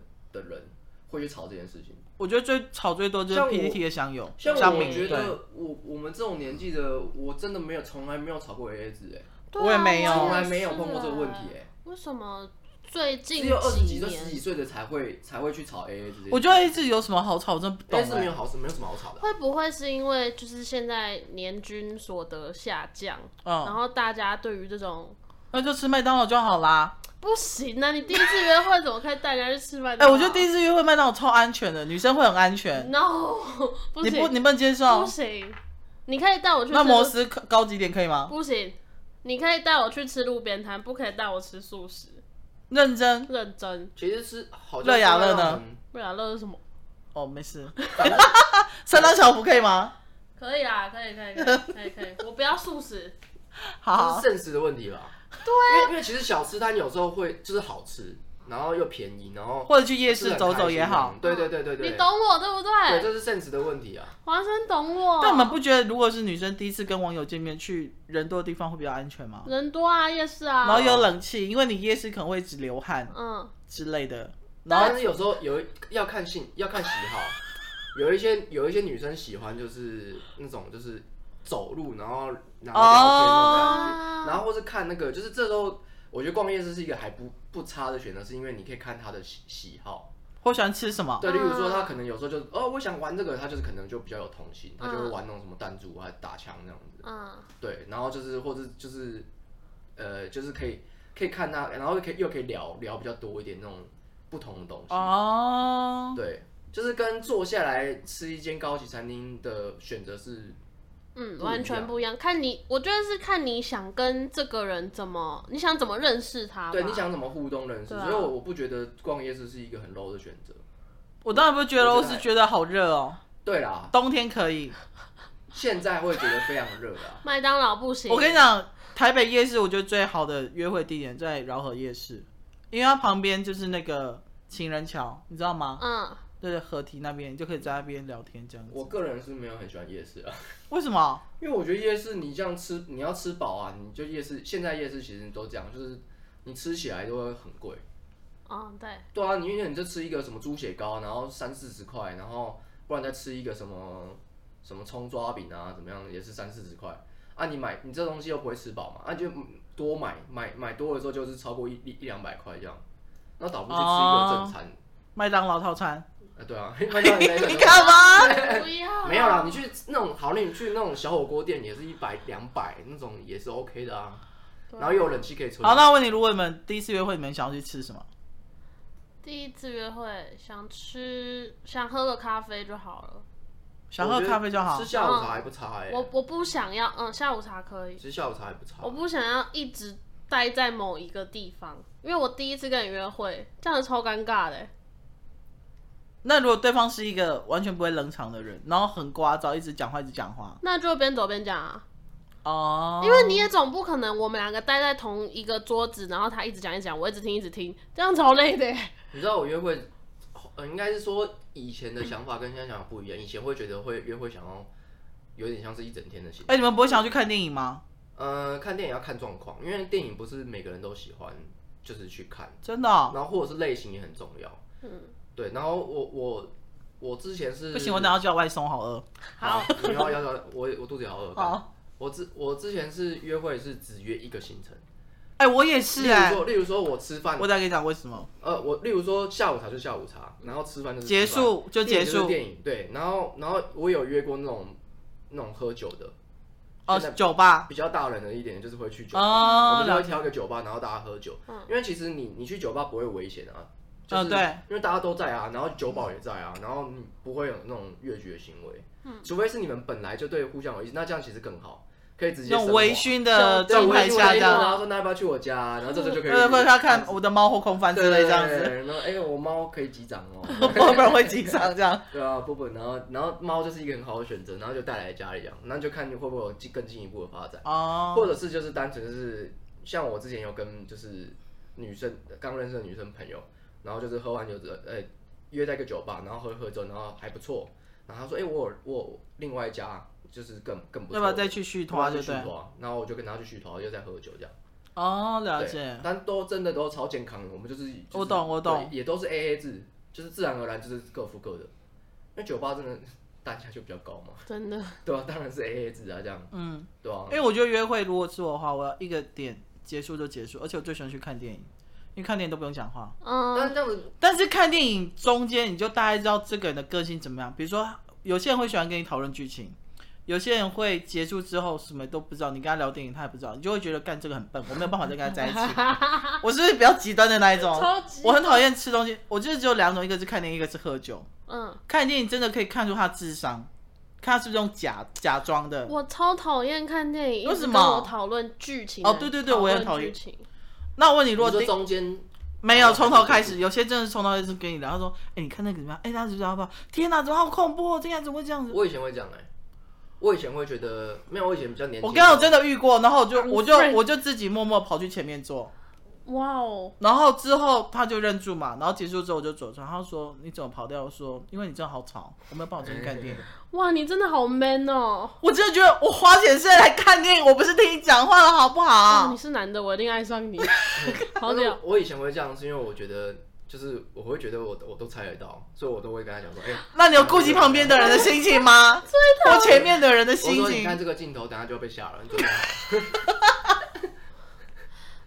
Speaker 2: 的人会去吵这件事情。
Speaker 3: 我觉得最吵最多就
Speaker 2: 像
Speaker 3: 是
Speaker 2: 我
Speaker 3: P T T 的香友，
Speaker 2: 像
Speaker 3: 香
Speaker 2: 我
Speaker 3: 民
Speaker 2: 觉
Speaker 3: 对
Speaker 2: 得我我们这种年纪的，我真的没有从来没有吵过 AA 制、欸，
Speaker 1: 对啊
Speaker 3: 我也没有
Speaker 1: 是
Speaker 2: 从来没有碰过这个问题、欸，
Speaker 1: 为什么最近
Speaker 2: 只有二十几岁、十
Speaker 1: 年
Speaker 2: 几岁的才会才会去吵 AA 制。
Speaker 3: 我觉得 A A 制有什么好吵，我真不懂
Speaker 2: AA 制没
Speaker 3: 欸、
Speaker 2: 有好事，没有什么好吵的。啊
Speaker 1: 会不会是因为就是现在年均所得下降，然
Speaker 3: 嗯，
Speaker 1: 后大家对于这种
Speaker 3: 那就吃麦当劳就好啦。
Speaker 1: 不行啊，你第一次约会怎么可以带人家去吃饭？
Speaker 3: 哎、我觉得第一次约会麦当劳超安全的，女生会很安全，
Speaker 1: no 不
Speaker 3: 你
Speaker 1: 行
Speaker 3: 不你不能接受
Speaker 1: 不。行，你可以带我去吃
Speaker 3: 那摩斯可高级点可以吗？
Speaker 1: 不行，你可以带我去吃路边摊，不可以带我吃素食，
Speaker 3: 认真
Speaker 1: 认真。
Speaker 2: 其实是好像
Speaker 3: 乐雅乐呢
Speaker 2: 大家很？
Speaker 1: 不然乐是什么？
Speaker 3: 哦，没事。 三张小福可以吗？
Speaker 1: 可以啦，可以 可以可以可以可以，我不要素食。
Speaker 3: 好
Speaker 2: 这
Speaker 3: 好
Speaker 2: 是，现实的问题吧？对、因为因为其实小吃摊有时候会就是好吃，然后又便宜，然后
Speaker 3: 或者去夜
Speaker 2: 就是
Speaker 3: 市
Speaker 2: 很
Speaker 3: 走走
Speaker 2: 开心
Speaker 3: 也好
Speaker 2: 啊。对对对对对，
Speaker 1: 你懂我对不
Speaker 2: 对，
Speaker 1: 对？
Speaker 2: 这是现实的问题啊。
Speaker 1: 华生懂我。
Speaker 3: 但我们不觉得，如果是女生第一次跟网友见面，去人多的地方会比较安全
Speaker 2: 哦
Speaker 3: 吗？
Speaker 1: 人多啊，夜市啊。
Speaker 3: 然后有冷气，因为你夜市可能会一直流汗
Speaker 1: 嗯，
Speaker 3: 之类的。然后
Speaker 2: 但是有时候有一要看性，要看喜好。有一些有一些女生喜欢就是那种就是走路，然后然后聊天那种感觉，
Speaker 1: 哦
Speaker 2: 然后或是看那个，就是这时候我觉得逛夜市是一个还不不差的选择，是因为你可以看她的喜喜好。
Speaker 3: 或喜欢吃什么？
Speaker 2: 对，
Speaker 1: 嗯
Speaker 2: 例如说她可能有时候就哦，我想玩这个，她就是可能就比较有童心，她就会玩那种什么弹珠啊、打枪那样子。
Speaker 1: 嗯，
Speaker 2: 对，然后就是或者就是呃，就是可以可以看她，然后又可以又可以聊聊比较多一点那种不同的东西。
Speaker 3: 哦，
Speaker 2: 对，就是跟坐下来吃一间高级餐厅的选择是，
Speaker 1: 嗯，
Speaker 2: 不
Speaker 1: 完
Speaker 2: 一
Speaker 1: 全
Speaker 2: 样
Speaker 1: 不一样。看你，我觉得是看你想跟这个人怎么，你想怎么认识他吧。
Speaker 2: 对，你想怎么互动认识，
Speaker 1: 对啊
Speaker 2: 所以我我不觉得逛夜市是一个很 low 的选择。
Speaker 3: 我当然不觉得，
Speaker 2: 我
Speaker 3: 我
Speaker 2: 觉得
Speaker 3: 是觉得好热哦，
Speaker 2: 对啦，
Speaker 3: 冬天可以。
Speaker 2: 现在会觉得非常热啦。
Speaker 1: 麦当劳不行。
Speaker 3: 我跟你讲，台北夜市我觉得最好的约会地点在饶河夜市，因为它旁边就是那个情人桥，你知道吗？
Speaker 1: 嗯，
Speaker 3: 就是河堤那边，你就可以在那边聊天这样子。
Speaker 2: 我个人是没有很喜欢夜市啊，
Speaker 3: 为什么？
Speaker 2: 因为我觉得夜市你这样吃，你要吃饱啊，你就夜市现在夜市其实都这样，就是你吃起来都会很贵。
Speaker 1: 哦，对，
Speaker 2: 对啊，你因为你就吃一个什么猪血糕，然后三四十块，然后不然再吃一个什么什么葱抓饼啊，怎么样也是三四十块啊。你买你这东西又不会吃饱嘛，啊你就多买买买多了之后就是超过一一一两百块这样，那倒不如去吃一个正餐。
Speaker 3: 麦当劳 套餐，
Speaker 2: 啊，对啊，麦当劳也没
Speaker 3: 你干嘛？
Speaker 1: 不要，
Speaker 2: 没有啦，你去那种好，那你去那种小火锅店也是一百两百那种也是 OK 的啊，然后又有冷气可以吹。
Speaker 3: 好，那我问你，如果你们第一次约会，你们想要去吃什么？
Speaker 1: 第一次约会想吃想喝个咖啡就好了，
Speaker 3: 想喝咖啡就好
Speaker 2: 吃。下午茶还不差哎、
Speaker 1: 我我不想要，嗯，下午茶可以，
Speaker 2: 吃下午茶还不差
Speaker 1: 我。不想要一直待在某一个地方，因为我第一次跟你约会，这样超尴尬的欸。
Speaker 3: 那如果对方是一个完全不会冷场的人，然后很聒噪，一直讲话，一直讲话，
Speaker 1: 那就边走边讲啊，
Speaker 3: 哦，
Speaker 1: 因为你也总不可能我们两个待在同一个桌子，然后他一直讲一直讲，我一直听一直听，这样超累的欸。
Speaker 2: 你知道我约会，呃，应该是说以前的想法跟现在想法不一样。以前会觉得会约会想要有点像是一整天的行，
Speaker 3: 哎、你们不会想要去看电影吗？
Speaker 2: 呃，看电影要看状况，因为电影不是每个人都喜欢，就是去看，
Speaker 3: 真的哦、
Speaker 2: 然后或者是类型也很重要。
Speaker 1: 嗯，
Speaker 2: 对，然后我我我之前是
Speaker 3: 不行，我等下叫外送，好饿。
Speaker 1: 好，
Speaker 2: 你要要要，我我肚子也好饿。
Speaker 3: 好，
Speaker 2: 我之我之前是约会是只约一个行程，
Speaker 3: 哎、我也是
Speaker 2: 例如
Speaker 3: 哎、
Speaker 2: 说例如说我吃饭
Speaker 3: 我，再跟你讲为什么。
Speaker 2: 呃，我例如说下午茶就下午茶，然后吃饭就是吃
Speaker 3: 结
Speaker 2: 饭
Speaker 3: 束就
Speaker 2: 电
Speaker 3: 结
Speaker 2: 影就是
Speaker 3: 束
Speaker 2: 电影对，然后然后我有约过那种那种喝酒的，
Speaker 3: 哦，
Speaker 2: 现在
Speaker 3: 酒吧
Speaker 2: 比较大人的一点就是会去酒吧，我
Speaker 3: 哦，
Speaker 2: 们就
Speaker 3: 了
Speaker 2: 会
Speaker 3: 解
Speaker 2: 挑一个酒吧，然后大家喝酒，因为其实你你去酒吧不会有危险啊，就
Speaker 3: 嗯
Speaker 2: 是
Speaker 3: 对
Speaker 2: 因为大家都在啊，然后酒保也在啊，然后你不会有那种越矩的行为，除非是你们本来就对互相有意思，那这样其实更好，可以直接
Speaker 3: 那种
Speaker 2: 升
Speaker 3: 微
Speaker 2: 华
Speaker 3: 醺的
Speaker 2: 对
Speaker 3: 状
Speaker 2: 微
Speaker 3: 态
Speaker 2: 醺
Speaker 3: 下
Speaker 2: 微
Speaker 3: 这
Speaker 2: 醺然
Speaker 3: 样，
Speaker 2: 后说那要不要去我家、啊，然后这时候就可以
Speaker 3: 对，呃或者他看我的猫或空翻之
Speaker 2: 对
Speaker 3: 类
Speaker 2: 对
Speaker 3: 这样子，
Speaker 2: 对然后哎、我猫可以击掌哦。
Speaker 3: 会不然会紧张这样。
Speaker 2: 对啊，波波，然后然后猫就是一个很好的选择，然后就带来家里养，那就看你会不会有进更进一步的发展，
Speaker 3: 哦，
Speaker 2: 或者是就是单纯就是像我之前有跟就是女生刚认识的女生朋友，然后就是喝完酒之后，呃，约在一个酒吧，然后喝一喝酒，然后还不错，然后她说，哎、我有我有另外一家就是更更不错，
Speaker 3: 要不要再去续拖
Speaker 2: 就
Speaker 3: 就
Speaker 2: 续
Speaker 3: 对。
Speaker 2: 团，然后我就跟她去续团，又在喝酒这样，
Speaker 3: 哦，了
Speaker 2: 对
Speaker 3: 解。
Speaker 2: 但都真的都超健康的，我们就是、就是
Speaker 3: 我懂我懂
Speaker 2: 对也都是 A A 制，就是自然而然就是各付各的，因为酒吧真的单价就比较高嘛。
Speaker 1: 真的，
Speaker 2: 对啊，当然是 A A 制啊，这样，
Speaker 3: 嗯，
Speaker 2: 对啊
Speaker 3: 因，为我觉得约会如果是我的话，我要一个点结束就结束，而且我最喜欢去看电影，因为看电影都不用讲话。
Speaker 2: 但
Speaker 1: 嗯，
Speaker 2: 是这样子，
Speaker 3: 但是看电影中间，你就大概知道这个人的个性怎么样。比如说，有些人会喜欢跟你讨论剧情，有些人会结束之后什么都不知道，你跟他聊电影他也不知道，你就会觉得干这个很笨，我没有办法再跟他在一 起。我是不是比较极端的那一种？
Speaker 1: 超级
Speaker 3: 我很讨厌吃东西，我就是只有两种，一个是看电影，一个是喝酒。
Speaker 1: 嗯，
Speaker 3: 看电影真的可以看出他智商，看他是不是用假假装的。
Speaker 1: 我超讨厌看电影，一直
Speaker 3: 为什么
Speaker 1: 跟我讨论剧情的
Speaker 3: 哦对对对我也很讨厌
Speaker 1: 论剧情，
Speaker 3: 那我问你，
Speaker 2: 你
Speaker 3: 如果
Speaker 2: 说
Speaker 3: 第
Speaker 2: 中间
Speaker 3: 没有，从头开始，有些真的是从头开始跟你聊，他说：“哎、你看那个怎么样？哎、他是不是好不好？天哪，怎么好恐怖、哦？天哪，怎么会这样子？”
Speaker 2: 我以前会这样哎、我以前会觉得没有，我以前比较年轻，
Speaker 3: 我刚刚有真的遇过，然后我就
Speaker 1: I'm
Speaker 3: 我就
Speaker 1: friend
Speaker 3: 我就自己默默跑去前面坐，
Speaker 1: 哇哦，
Speaker 3: 然后之后他就认住嘛，然后结束之后我就走出来，他说你怎么跑掉？我说因为你真的好吵，我没有办法进 去看电影。
Speaker 1: 哇，你真的好 man 哦，
Speaker 3: 我真的觉得我花钱是来看电影，我不是听你讲话了，好不
Speaker 1: 哇
Speaker 3: 好
Speaker 1: 哦 你？是男的，我一定爱上 你，好
Speaker 2: 但是
Speaker 1: 屌，
Speaker 2: 我以前会这样，是因为我觉得就是我会觉得我我都猜得到，所以我都会跟他讲说，哎、
Speaker 3: 那你有顾及旁边的人的心 情吗？或前面的人的
Speaker 2: 我
Speaker 3: 心
Speaker 2: 说你看
Speaker 3: 情？
Speaker 2: 这个镜头，等下就要被吓了，你准备好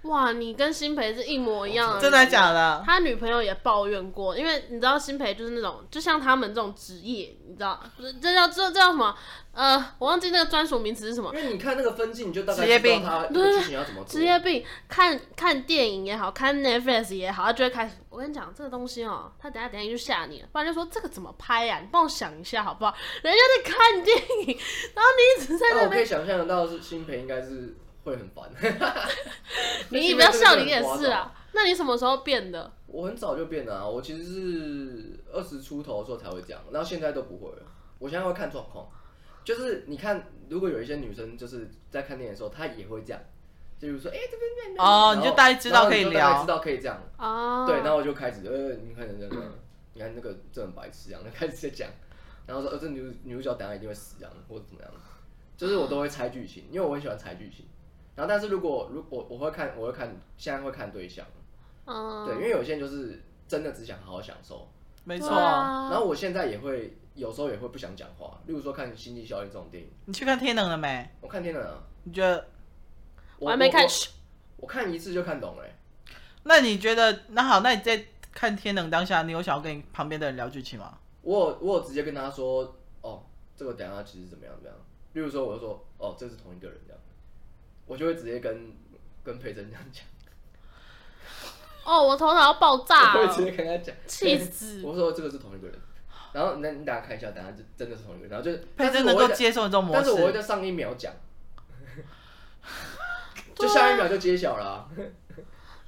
Speaker 1: 哇，你跟新培是一模一样，
Speaker 3: 真的假的？
Speaker 1: 他女朋友也抱怨过，因为你知道新培就是那种，就像他们这种职业，你知道，不是这叫这这叫什么？呃，我忘记那个专属名词是什么。
Speaker 2: 因为你看那个分镜，你就大概
Speaker 3: 职业
Speaker 2: 知道
Speaker 3: 病
Speaker 2: 他这个剧情要怎么做
Speaker 1: 职。业病，看看电影也好看 Netflix 也好，他就会开始。我跟你讲，这个东西哦，他等下等下就吓你了，不然就说这个怎么拍啊呀、你帮我想一下好不好？人家在看电影，然后你一直在
Speaker 2: 那
Speaker 1: 那
Speaker 2: 啊我可
Speaker 1: 边，
Speaker 2: 以想象得到，是新培应该是会很烦。
Speaker 1: 你不要笑，你也是
Speaker 2: 新培真的很夸张
Speaker 1: 啊。那你什么时候变的？
Speaker 2: 我很早就变了啊，我其实是二十出头的时候才会这样，然后现在都不会了。我现在会看状况，就是你看，如果有一些女生就是在看电影的时候，她也会这样，就比如说，哎、这边这边
Speaker 3: 哦
Speaker 2: 然后
Speaker 3: 你就大概知道可以
Speaker 2: 然后你就大概
Speaker 3: 聊
Speaker 2: 知道可以这样，
Speaker 1: 啊，
Speaker 2: 对，然后我就开始，呃，你看人家这样，你看那个这很白痴啊， 然后开始在讲，然后说，呃，这女女主角等一下一定会死啊，或者怎么样，就是我都会猜剧情，因为我很喜欢猜剧情。然后，但是如果如果我我会看，我会看，现在会看对象，
Speaker 1: 嗯，哦
Speaker 2: 对，因为有些人就是真的只想好好享受，
Speaker 3: 没
Speaker 1: 对
Speaker 3: 错。
Speaker 1: 啊，
Speaker 2: 然后我现在也会有时候也会不想讲话，例如说看《星际效应》这种电影，
Speaker 3: 你去看《天能》了没？
Speaker 2: 我看天能啊，
Speaker 3: 你觉得？
Speaker 2: 我
Speaker 1: 我还没看
Speaker 2: 我，我看一次就看懂了欸、
Speaker 3: 那你觉得？那好，那你在看《天能》当下，你有想要跟你旁边的人聊剧情吗？
Speaker 2: 我有我有直接跟他说，哦，这个等一下其实怎么样怎么样。例如说，我就说，哦，这是同一个人这样，我就会直接跟跟培真这样 讲，
Speaker 1: 哦，我头脑要爆炸
Speaker 3: 哦
Speaker 2: 我会直
Speaker 1: 了，
Speaker 2: 接跟他讲，
Speaker 1: 气死！
Speaker 2: 我说这个是同一个人。然后那你大家看一下，等下就真的是同一个人。然后就是，
Speaker 3: 佩
Speaker 2: 但是
Speaker 3: 珍
Speaker 2: 我
Speaker 3: 能够
Speaker 2: 会在
Speaker 3: 接受你这种模
Speaker 2: 但是我会
Speaker 3: 式，
Speaker 2: 在上一秒 讲，
Speaker 1: 对
Speaker 2: 就
Speaker 1: 啊
Speaker 2: 下一秒就揭晓了啊、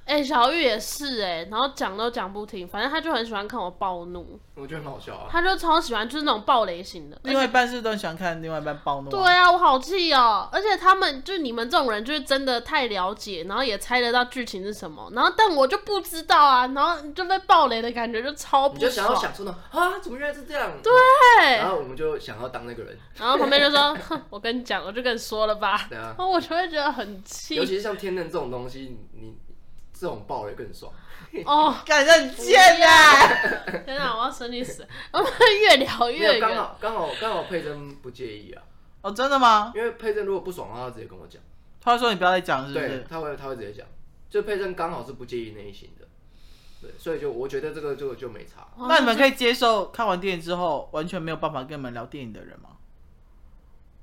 Speaker 1: 哎、小玉也是哎、然后讲都讲不停，反正他就很喜欢看我暴怒，
Speaker 2: 我觉得很好笑啊。
Speaker 1: 他就超喜欢就是那种暴雷型的。
Speaker 3: 另外一半是不是都很喜欢看另外一半暴怒啊。
Speaker 1: 对啊，我好气哦！而且他们就你们这种人，就是真的太了解，然后也猜得到剧情是什么，然后但我就不知道啊，然后你就被暴雷的感觉就超
Speaker 2: 你
Speaker 1: 不
Speaker 2: 就想要
Speaker 1: 爽。
Speaker 2: 想出啊呢啊，怎么原来是这样？对。
Speaker 1: 对，
Speaker 2: 然后我们就想要当那个人，
Speaker 1: 然后旁边就说：“ 哼，我跟你讲，我就跟你说了吧。”
Speaker 2: 对啊
Speaker 1: 然。后我就会觉得很
Speaker 2: 尤
Speaker 1: 气
Speaker 2: 其是像天能这种东西，你你这种爆雷更爽。
Speaker 1: 哦！
Speaker 3: 感觉很贱啊！
Speaker 1: 天哪，我要生气死！我们越聊
Speaker 2: 没有
Speaker 1: 越
Speaker 2: 刚
Speaker 1: 远。
Speaker 2: 好刚好刚好佩珍不介意啊，
Speaker 3: 哦，真的吗？
Speaker 2: 因为佩珍如果不爽的话，她直接跟我讲，
Speaker 3: 他说你不要再讲，是不
Speaker 2: 对
Speaker 3: 是，？
Speaker 2: 她会她会直接讲，就佩珍刚好是不介意那一型的，对，所以就我觉得这个就就没差，
Speaker 1: 哇
Speaker 3: 那你们可以接受看完电影之后完全没有办法跟你们聊电影的人吗？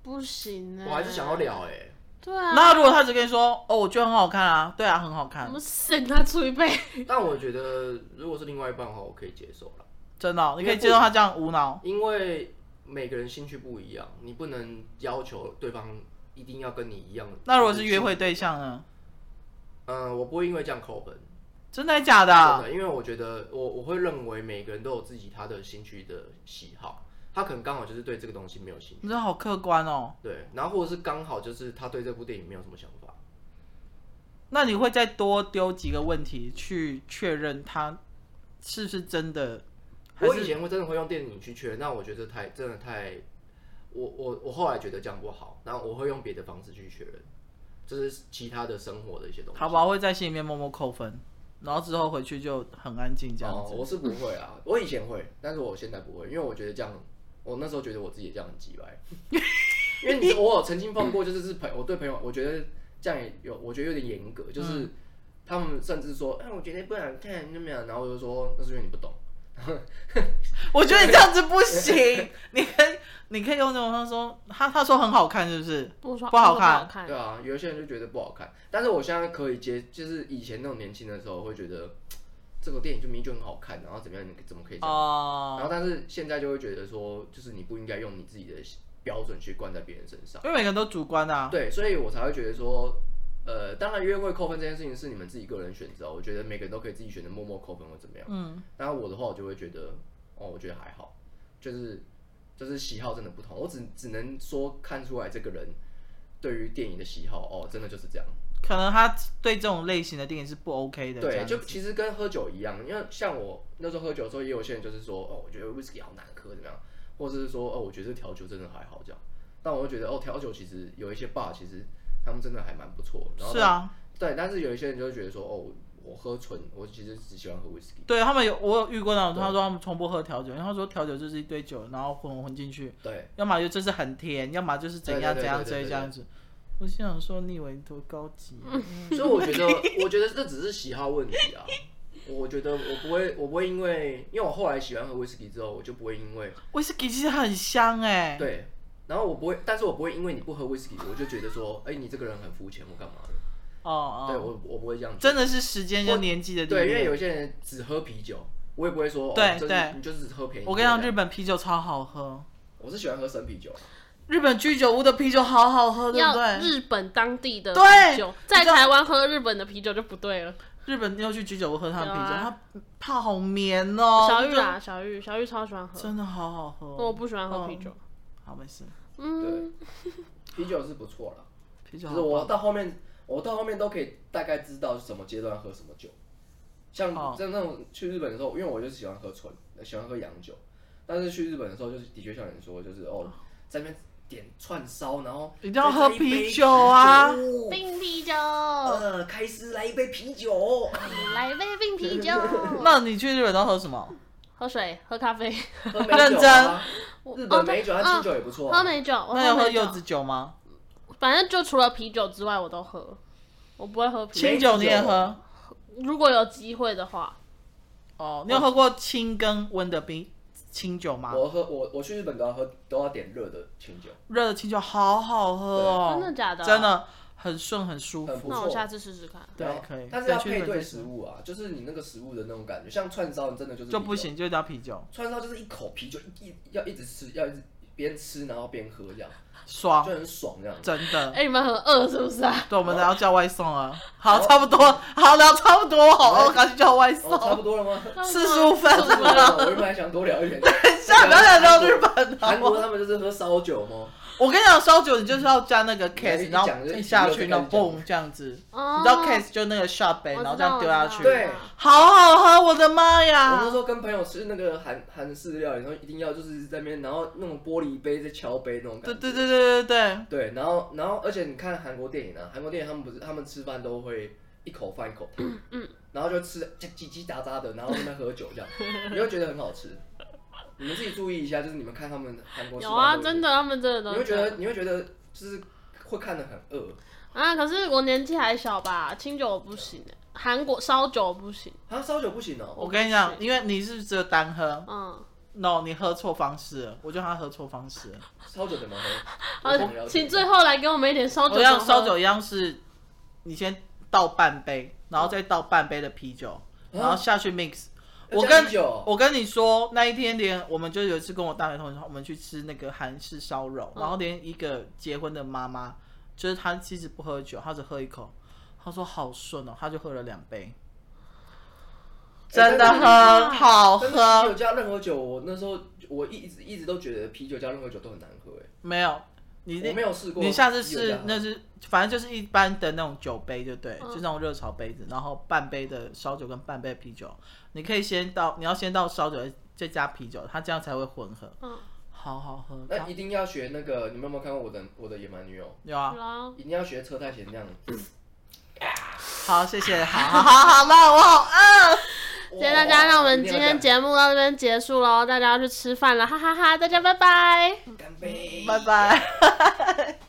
Speaker 1: 不行呢、
Speaker 2: 我还是想要。聊哎、
Speaker 1: 对啊，
Speaker 3: 那如果他只跟你说哦，我觉得很好看啊，对啊，很好
Speaker 1: 我
Speaker 3: 看，
Speaker 1: 们省他出一倍。
Speaker 3: 嗯
Speaker 2: 但我觉得如果是另外一半的话，我可以接受了，
Speaker 3: 真的哦、你可
Speaker 2: 因
Speaker 3: 以
Speaker 2: 为
Speaker 3: 接受他这样无脑。
Speaker 2: 因为每个人兴趣不一样，你不能要求对方一定要跟你一样。
Speaker 3: 那如果是约会，对象呢？
Speaker 2: 嗯、我不会因为这样扣分。
Speaker 3: 真的假的
Speaker 2: 真
Speaker 3: 啊？
Speaker 2: 的，因为我觉得我我会认为每个人都有自己他的兴趣的喜好，他可能刚好就是对这个东西没有兴趣，
Speaker 3: 你真的好客观哦。
Speaker 2: 对，然后或者是刚好就是他对这部电影没有什么想法，
Speaker 3: 那你会再多丢几个问题去确认他是不是真的？还
Speaker 2: 我以
Speaker 3: 是
Speaker 2: 前会真的会用电影去确认，那我觉得太真的太，我我我后来觉得这样不好，然后我会用别的方式去确认，就是其他的生活的一些东西。
Speaker 3: 好吧，会在心里面默默扣分，然后之后回去就很安静这样
Speaker 2: 哦，
Speaker 3: 子。
Speaker 2: 我是不会啊，我以前会，但是我现在不会，因为我觉得这样，我那时候觉得我自己这样很鸡掰， 因为你知道我有曾经碰过，就是是朋我对朋友，我觉得这样也有，我觉得有点严格，就是、
Speaker 3: 嗯
Speaker 2: 他们甚至说，哎、我觉得不想看怎么样，然后我就说那是因为你不懂，
Speaker 3: 我觉得你这样子不 行，你可以你可以用那种他说他他说很好看是不是？
Speaker 1: 不爽
Speaker 3: 不好
Speaker 1: 不
Speaker 3: 看
Speaker 1: 好看
Speaker 2: 对。啊，有一些人就觉得不好看，但是我现在可以接，就是以前那种年轻的时候，我会觉得这个电影就明明就很好看，然后怎么样，你怎么可以这样？然
Speaker 3: 哦、
Speaker 2: 后但是现在就会觉得说，就是你不应该用你自己的标准去灌在别人身上。
Speaker 3: 因为每个人都主观的、啊，
Speaker 2: 对，所以我才会觉得说，呃，当然约会扣分这件事情是你们自己个人选择，我觉得每个人都可以自己选择默默扣分或怎么样。
Speaker 3: 嗯，
Speaker 2: 然后我的话，我就会觉得，哦，我觉得还好，就是就是喜好真的不同，我只只能说看出来这个人对于电影的喜好，哦，真的就是这样。
Speaker 3: 可能他对这种类型的电影是不 OK 的。这
Speaker 2: 对，
Speaker 3: 样
Speaker 2: 就
Speaker 3: 子
Speaker 2: 其实跟喝酒一样，因为像我那时候喝酒的时候，也有些人就是说，哦，我觉得 whisky 好难喝，怎么样，或者是说，哦，我觉得这调酒真的还好这样。但我会觉得，哦，调酒其实有一些 bar 其实他们真的还蛮不错，然后
Speaker 3: 是啊，
Speaker 2: 对，但是有一些人就会觉得说，哦，我喝纯，我其实只喜欢喝 whisky。
Speaker 3: 对他们有我有遇过那种，他说他们从不喝调酒，然后说调酒就是一堆酒，然后混混进去，
Speaker 2: 对，
Speaker 3: 要么就就是很甜，要么就是怎样
Speaker 2: 对对对
Speaker 3: 怎样
Speaker 2: 对
Speaker 3: 怎
Speaker 2: 对
Speaker 3: 样
Speaker 2: 对
Speaker 3: 这样子。我心想说，你以为你多高级 啊、
Speaker 2: 所以我觉得，我觉得这只是喜好问题啊。我觉得我不会，我不会因为，因为我后来喜欢喝 whisky 之后，我就不会因为
Speaker 3: 威士忌其实很香哎、
Speaker 2: 对，然后我不会，但是我不会因为你不喝 whisky，我就觉得说，哎、你这个人很肤浅或干嘛的。
Speaker 3: 哦哦，
Speaker 2: 对我，我不会这样。
Speaker 3: 真的是时间跟年纪的力
Speaker 2: 对，因为
Speaker 3: 量
Speaker 2: 有些人只喝啤酒，我也不会说，哦
Speaker 3: 对
Speaker 2: 这是
Speaker 3: 对
Speaker 2: 你就是只喝便宜。
Speaker 3: 我跟你讲，
Speaker 2: 这
Speaker 3: 日
Speaker 2: 样，
Speaker 3: 本啤酒超好喝，
Speaker 2: 我是喜欢喝生啤酒。啊
Speaker 3: 日本居酒屋的啤酒好好喝，对不
Speaker 1: 要
Speaker 3: 对？
Speaker 1: 日本当地的
Speaker 3: 对
Speaker 1: 啤酒，
Speaker 3: 你
Speaker 1: 在
Speaker 3: 知道
Speaker 1: 台湾喝日本的啤酒就不对了。
Speaker 3: 日本要去居酒屋喝他们啤酒，
Speaker 1: 有
Speaker 3: 它
Speaker 1: 啊
Speaker 3: 泡好绵哦。
Speaker 1: 小玉
Speaker 3: 那
Speaker 1: 啊，小玉，小玉超喜欢
Speaker 3: 个
Speaker 1: 喝，
Speaker 3: 真的好好喝。
Speaker 1: 我不喜欢
Speaker 3: 哦
Speaker 1: 喝啤酒。
Speaker 3: 好没事，
Speaker 1: 嗯，
Speaker 2: 对，哦啤酒是不错啦。
Speaker 3: 啤酒
Speaker 2: 就
Speaker 3: 啊好
Speaker 2: 是
Speaker 3: 棒
Speaker 2: 我到后面，我到后面都可以大概知道什么阶段喝什么酒。像
Speaker 3: 哦
Speaker 2: 像那种去日本的时候，因为我就喜欢喝纯，呃喜欢喝洋酒，但是去日本的时候，就是的确像你说，就是哦，在那边点串烧，然后
Speaker 3: 一定要
Speaker 2: 再
Speaker 3: 喝
Speaker 2: 加一杯
Speaker 3: 啤酒啊
Speaker 2: 啤酒
Speaker 1: 冰啤酒，
Speaker 3: 嗯
Speaker 2: 呃，开 司来一杯啤酒，
Speaker 1: 来杯冰啤酒。
Speaker 3: 那你去日本都喝什么？
Speaker 1: 喝水、喝咖啡、
Speaker 2: 喝美酒啊，日
Speaker 1: 哦
Speaker 2: 本美酒和清酒也不错、
Speaker 1: 喝
Speaker 2: 啊。
Speaker 1: 美酒，我
Speaker 3: 那要
Speaker 1: 喝
Speaker 3: 喝
Speaker 1: 美酒
Speaker 3: 柚子，酒吗？
Speaker 1: 反正就除了啤酒之外我都喝，我不会喝啤
Speaker 3: 清
Speaker 1: 酒。
Speaker 3: 酒你也喝？
Speaker 1: 如果有机会的话，
Speaker 3: 哦，你有喝过清跟温的冰清酒吗？
Speaker 2: 我喝我我去日本都要喝都要点热的清酒，
Speaker 3: 热的清酒好好喝哦，
Speaker 1: 真的假的啊
Speaker 3: 真的很顺很舒
Speaker 2: 很不
Speaker 3: 服。
Speaker 1: 那我
Speaker 2: 错
Speaker 1: 下次试试看。
Speaker 3: 对
Speaker 2: 然后
Speaker 3: 可以
Speaker 2: 但是要
Speaker 3: 再去日
Speaker 2: 配
Speaker 3: 本
Speaker 2: 对
Speaker 3: 再
Speaker 2: 食物啊，就是你那个食物的那种感觉，像串烧真的就是
Speaker 3: 就
Speaker 2: 啤酒
Speaker 3: 不，行，就叫啤酒，
Speaker 2: 串烧就是一口啤酒一一要一直吃，要一直边吃然后边喝这样，
Speaker 3: 爽
Speaker 2: 就，很爽这样。
Speaker 3: 真的
Speaker 1: 哎、。你们很饿是不是啊？
Speaker 3: 对，我们要叫外送了。好，差不多，好聊差不多，好，我赶紧叫外送
Speaker 2: 哦，。差不多了吗？
Speaker 3: 45分
Speaker 1: 差不多了
Speaker 2: 我原本还想多聊一 点，
Speaker 3: 下不要再聊日本
Speaker 2: 韩
Speaker 3: 了。
Speaker 2: 国他们就是喝烧酒吗？
Speaker 3: 我跟你讲，烧酒你就是要加那个 case，
Speaker 2: 一
Speaker 3: 然后
Speaker 2: 讲就
Speaker 3: 一下去，
Speaker 2: 一
Speaker 3: 然后
Speaker 2: 讲就跟你
Speaker 3: boom 这样子，
Speaker 1: 哦
Speaker 3: 你知道 case 就那个 shot 杯，
Speaker 1: 我
Speaker 3: 然
Speaker 1: 知道
Speaker 3: 后这样丢下去。
Speaker 2: 对
Speaker 3: 好啊好喝，我的妈
Speaker 2: 我
Speaker 3: 呀
Speaker 2: 那！时候跟朋友吃那个韩韩式料理，然后一定要就是在那边，然后那种玻璃杯在敲杯那种感
Speaker 3: 对
Speaker 2: 觉。
Speaker 3: 对对对对对，
Speaker 2: 对，然后然后而且你看韩国电影啊，韩国电影他们不是他们吃饭都会一口饭一口汤，
Speaker 1: 嗯
Speaker 2: 然后就吃叽叽叽喳喳的，然后在那边喝酒这样，你会觉得很好吃。你们自己注意一下，就是你们看他们韩国吃
Speaker 1: 有
Speaker 2: 饭
Speaker 1: 啊，
Speaker 2: 都会
Speaker 1: 真的，他们真的都
Speaker 2: 你会觉得你会觉得就是会看得很饿
Speaker 1: 啊，可是我年纪还小吧，清酒我不行、欸，韩国烧酒我不行，
Speaker 2: 啊，烧酒不行哦、
Speaker 3: 我跟你讲，因为你是只有单喝
Speaker 1: 嗯，
Speaker 3: ，no，你喝错方式了，我觉得他喝错方式了。
Speaker 2: 烧酒怎么喝？我想
Speaker 1: 好，
Speaker 2: 了解
Speaker 1: 呃请最后来给我们一点烧酒
Speaker 3: 我
Speaker 1: 怎么喝，
Speaker 3: 像烧酒一样是，你先倒半杯，然后再倒半杯的啤酒，然后下去 mix。
Speaker 2: 要
Speaker 3: 我
Speaker 2: 加
Speaker 3: 跟
Speaker 2: 啤酒哦
Speaker 3: 我跟你说，那一天连我们就有一次跟我大学同学，我们去吃那个韩式烧肉，然后连一个结婚的妈妈，就是她其实不喝酒，她只喝一口，她说好顺哦，她就喝了两杯，真的
Speaker 2: 但是
Speaker 3: 很好
Speaker 2: 哎但是啤
Speaker 3: 喝
Speaker 2: 酒。加任何酒，我那时候我一直一直都觉得啤酒加任何酒都很难喝、哎，
Speaker 3: 没有，你
Speaker 2: 我没有试过
Speaker 3: 你下次
Speaker 2: 啤酒加
Speaker 3: 试
Speaker 2: 喝
Speaker 3: 那是反正就是一般的那种酒杯，就对，就那种热炒杯子，然后半杯的烧酒跟半杯的啤酒，你可以先倒，你要先倒烧酒，再加啤酒，它这样才会混合，
Speaker 1: 嗯，
Speaker 3: 好好喝。
Speaker 2: 那一定要学那个，你们有没有看过我的我的野蛮女友？
Speaker 3: 有啊，
Speaker 1: 有啊，
Speaker 2: 一定要学车太贤这样。
Speaker 3: 好，谢谢，好好好好了，我好饿。
Speaker 1: 谢谢大家，那我们今天
Speaker 2: 一定
Speaker 1: 节
Speaker 2: 要
Speaker 1: 目到这边结束喽，大家要去吃饭了，哈哈哈，大家拜拜。
Speaker 2: 这样干杯，
Speaker 3: 拜拜。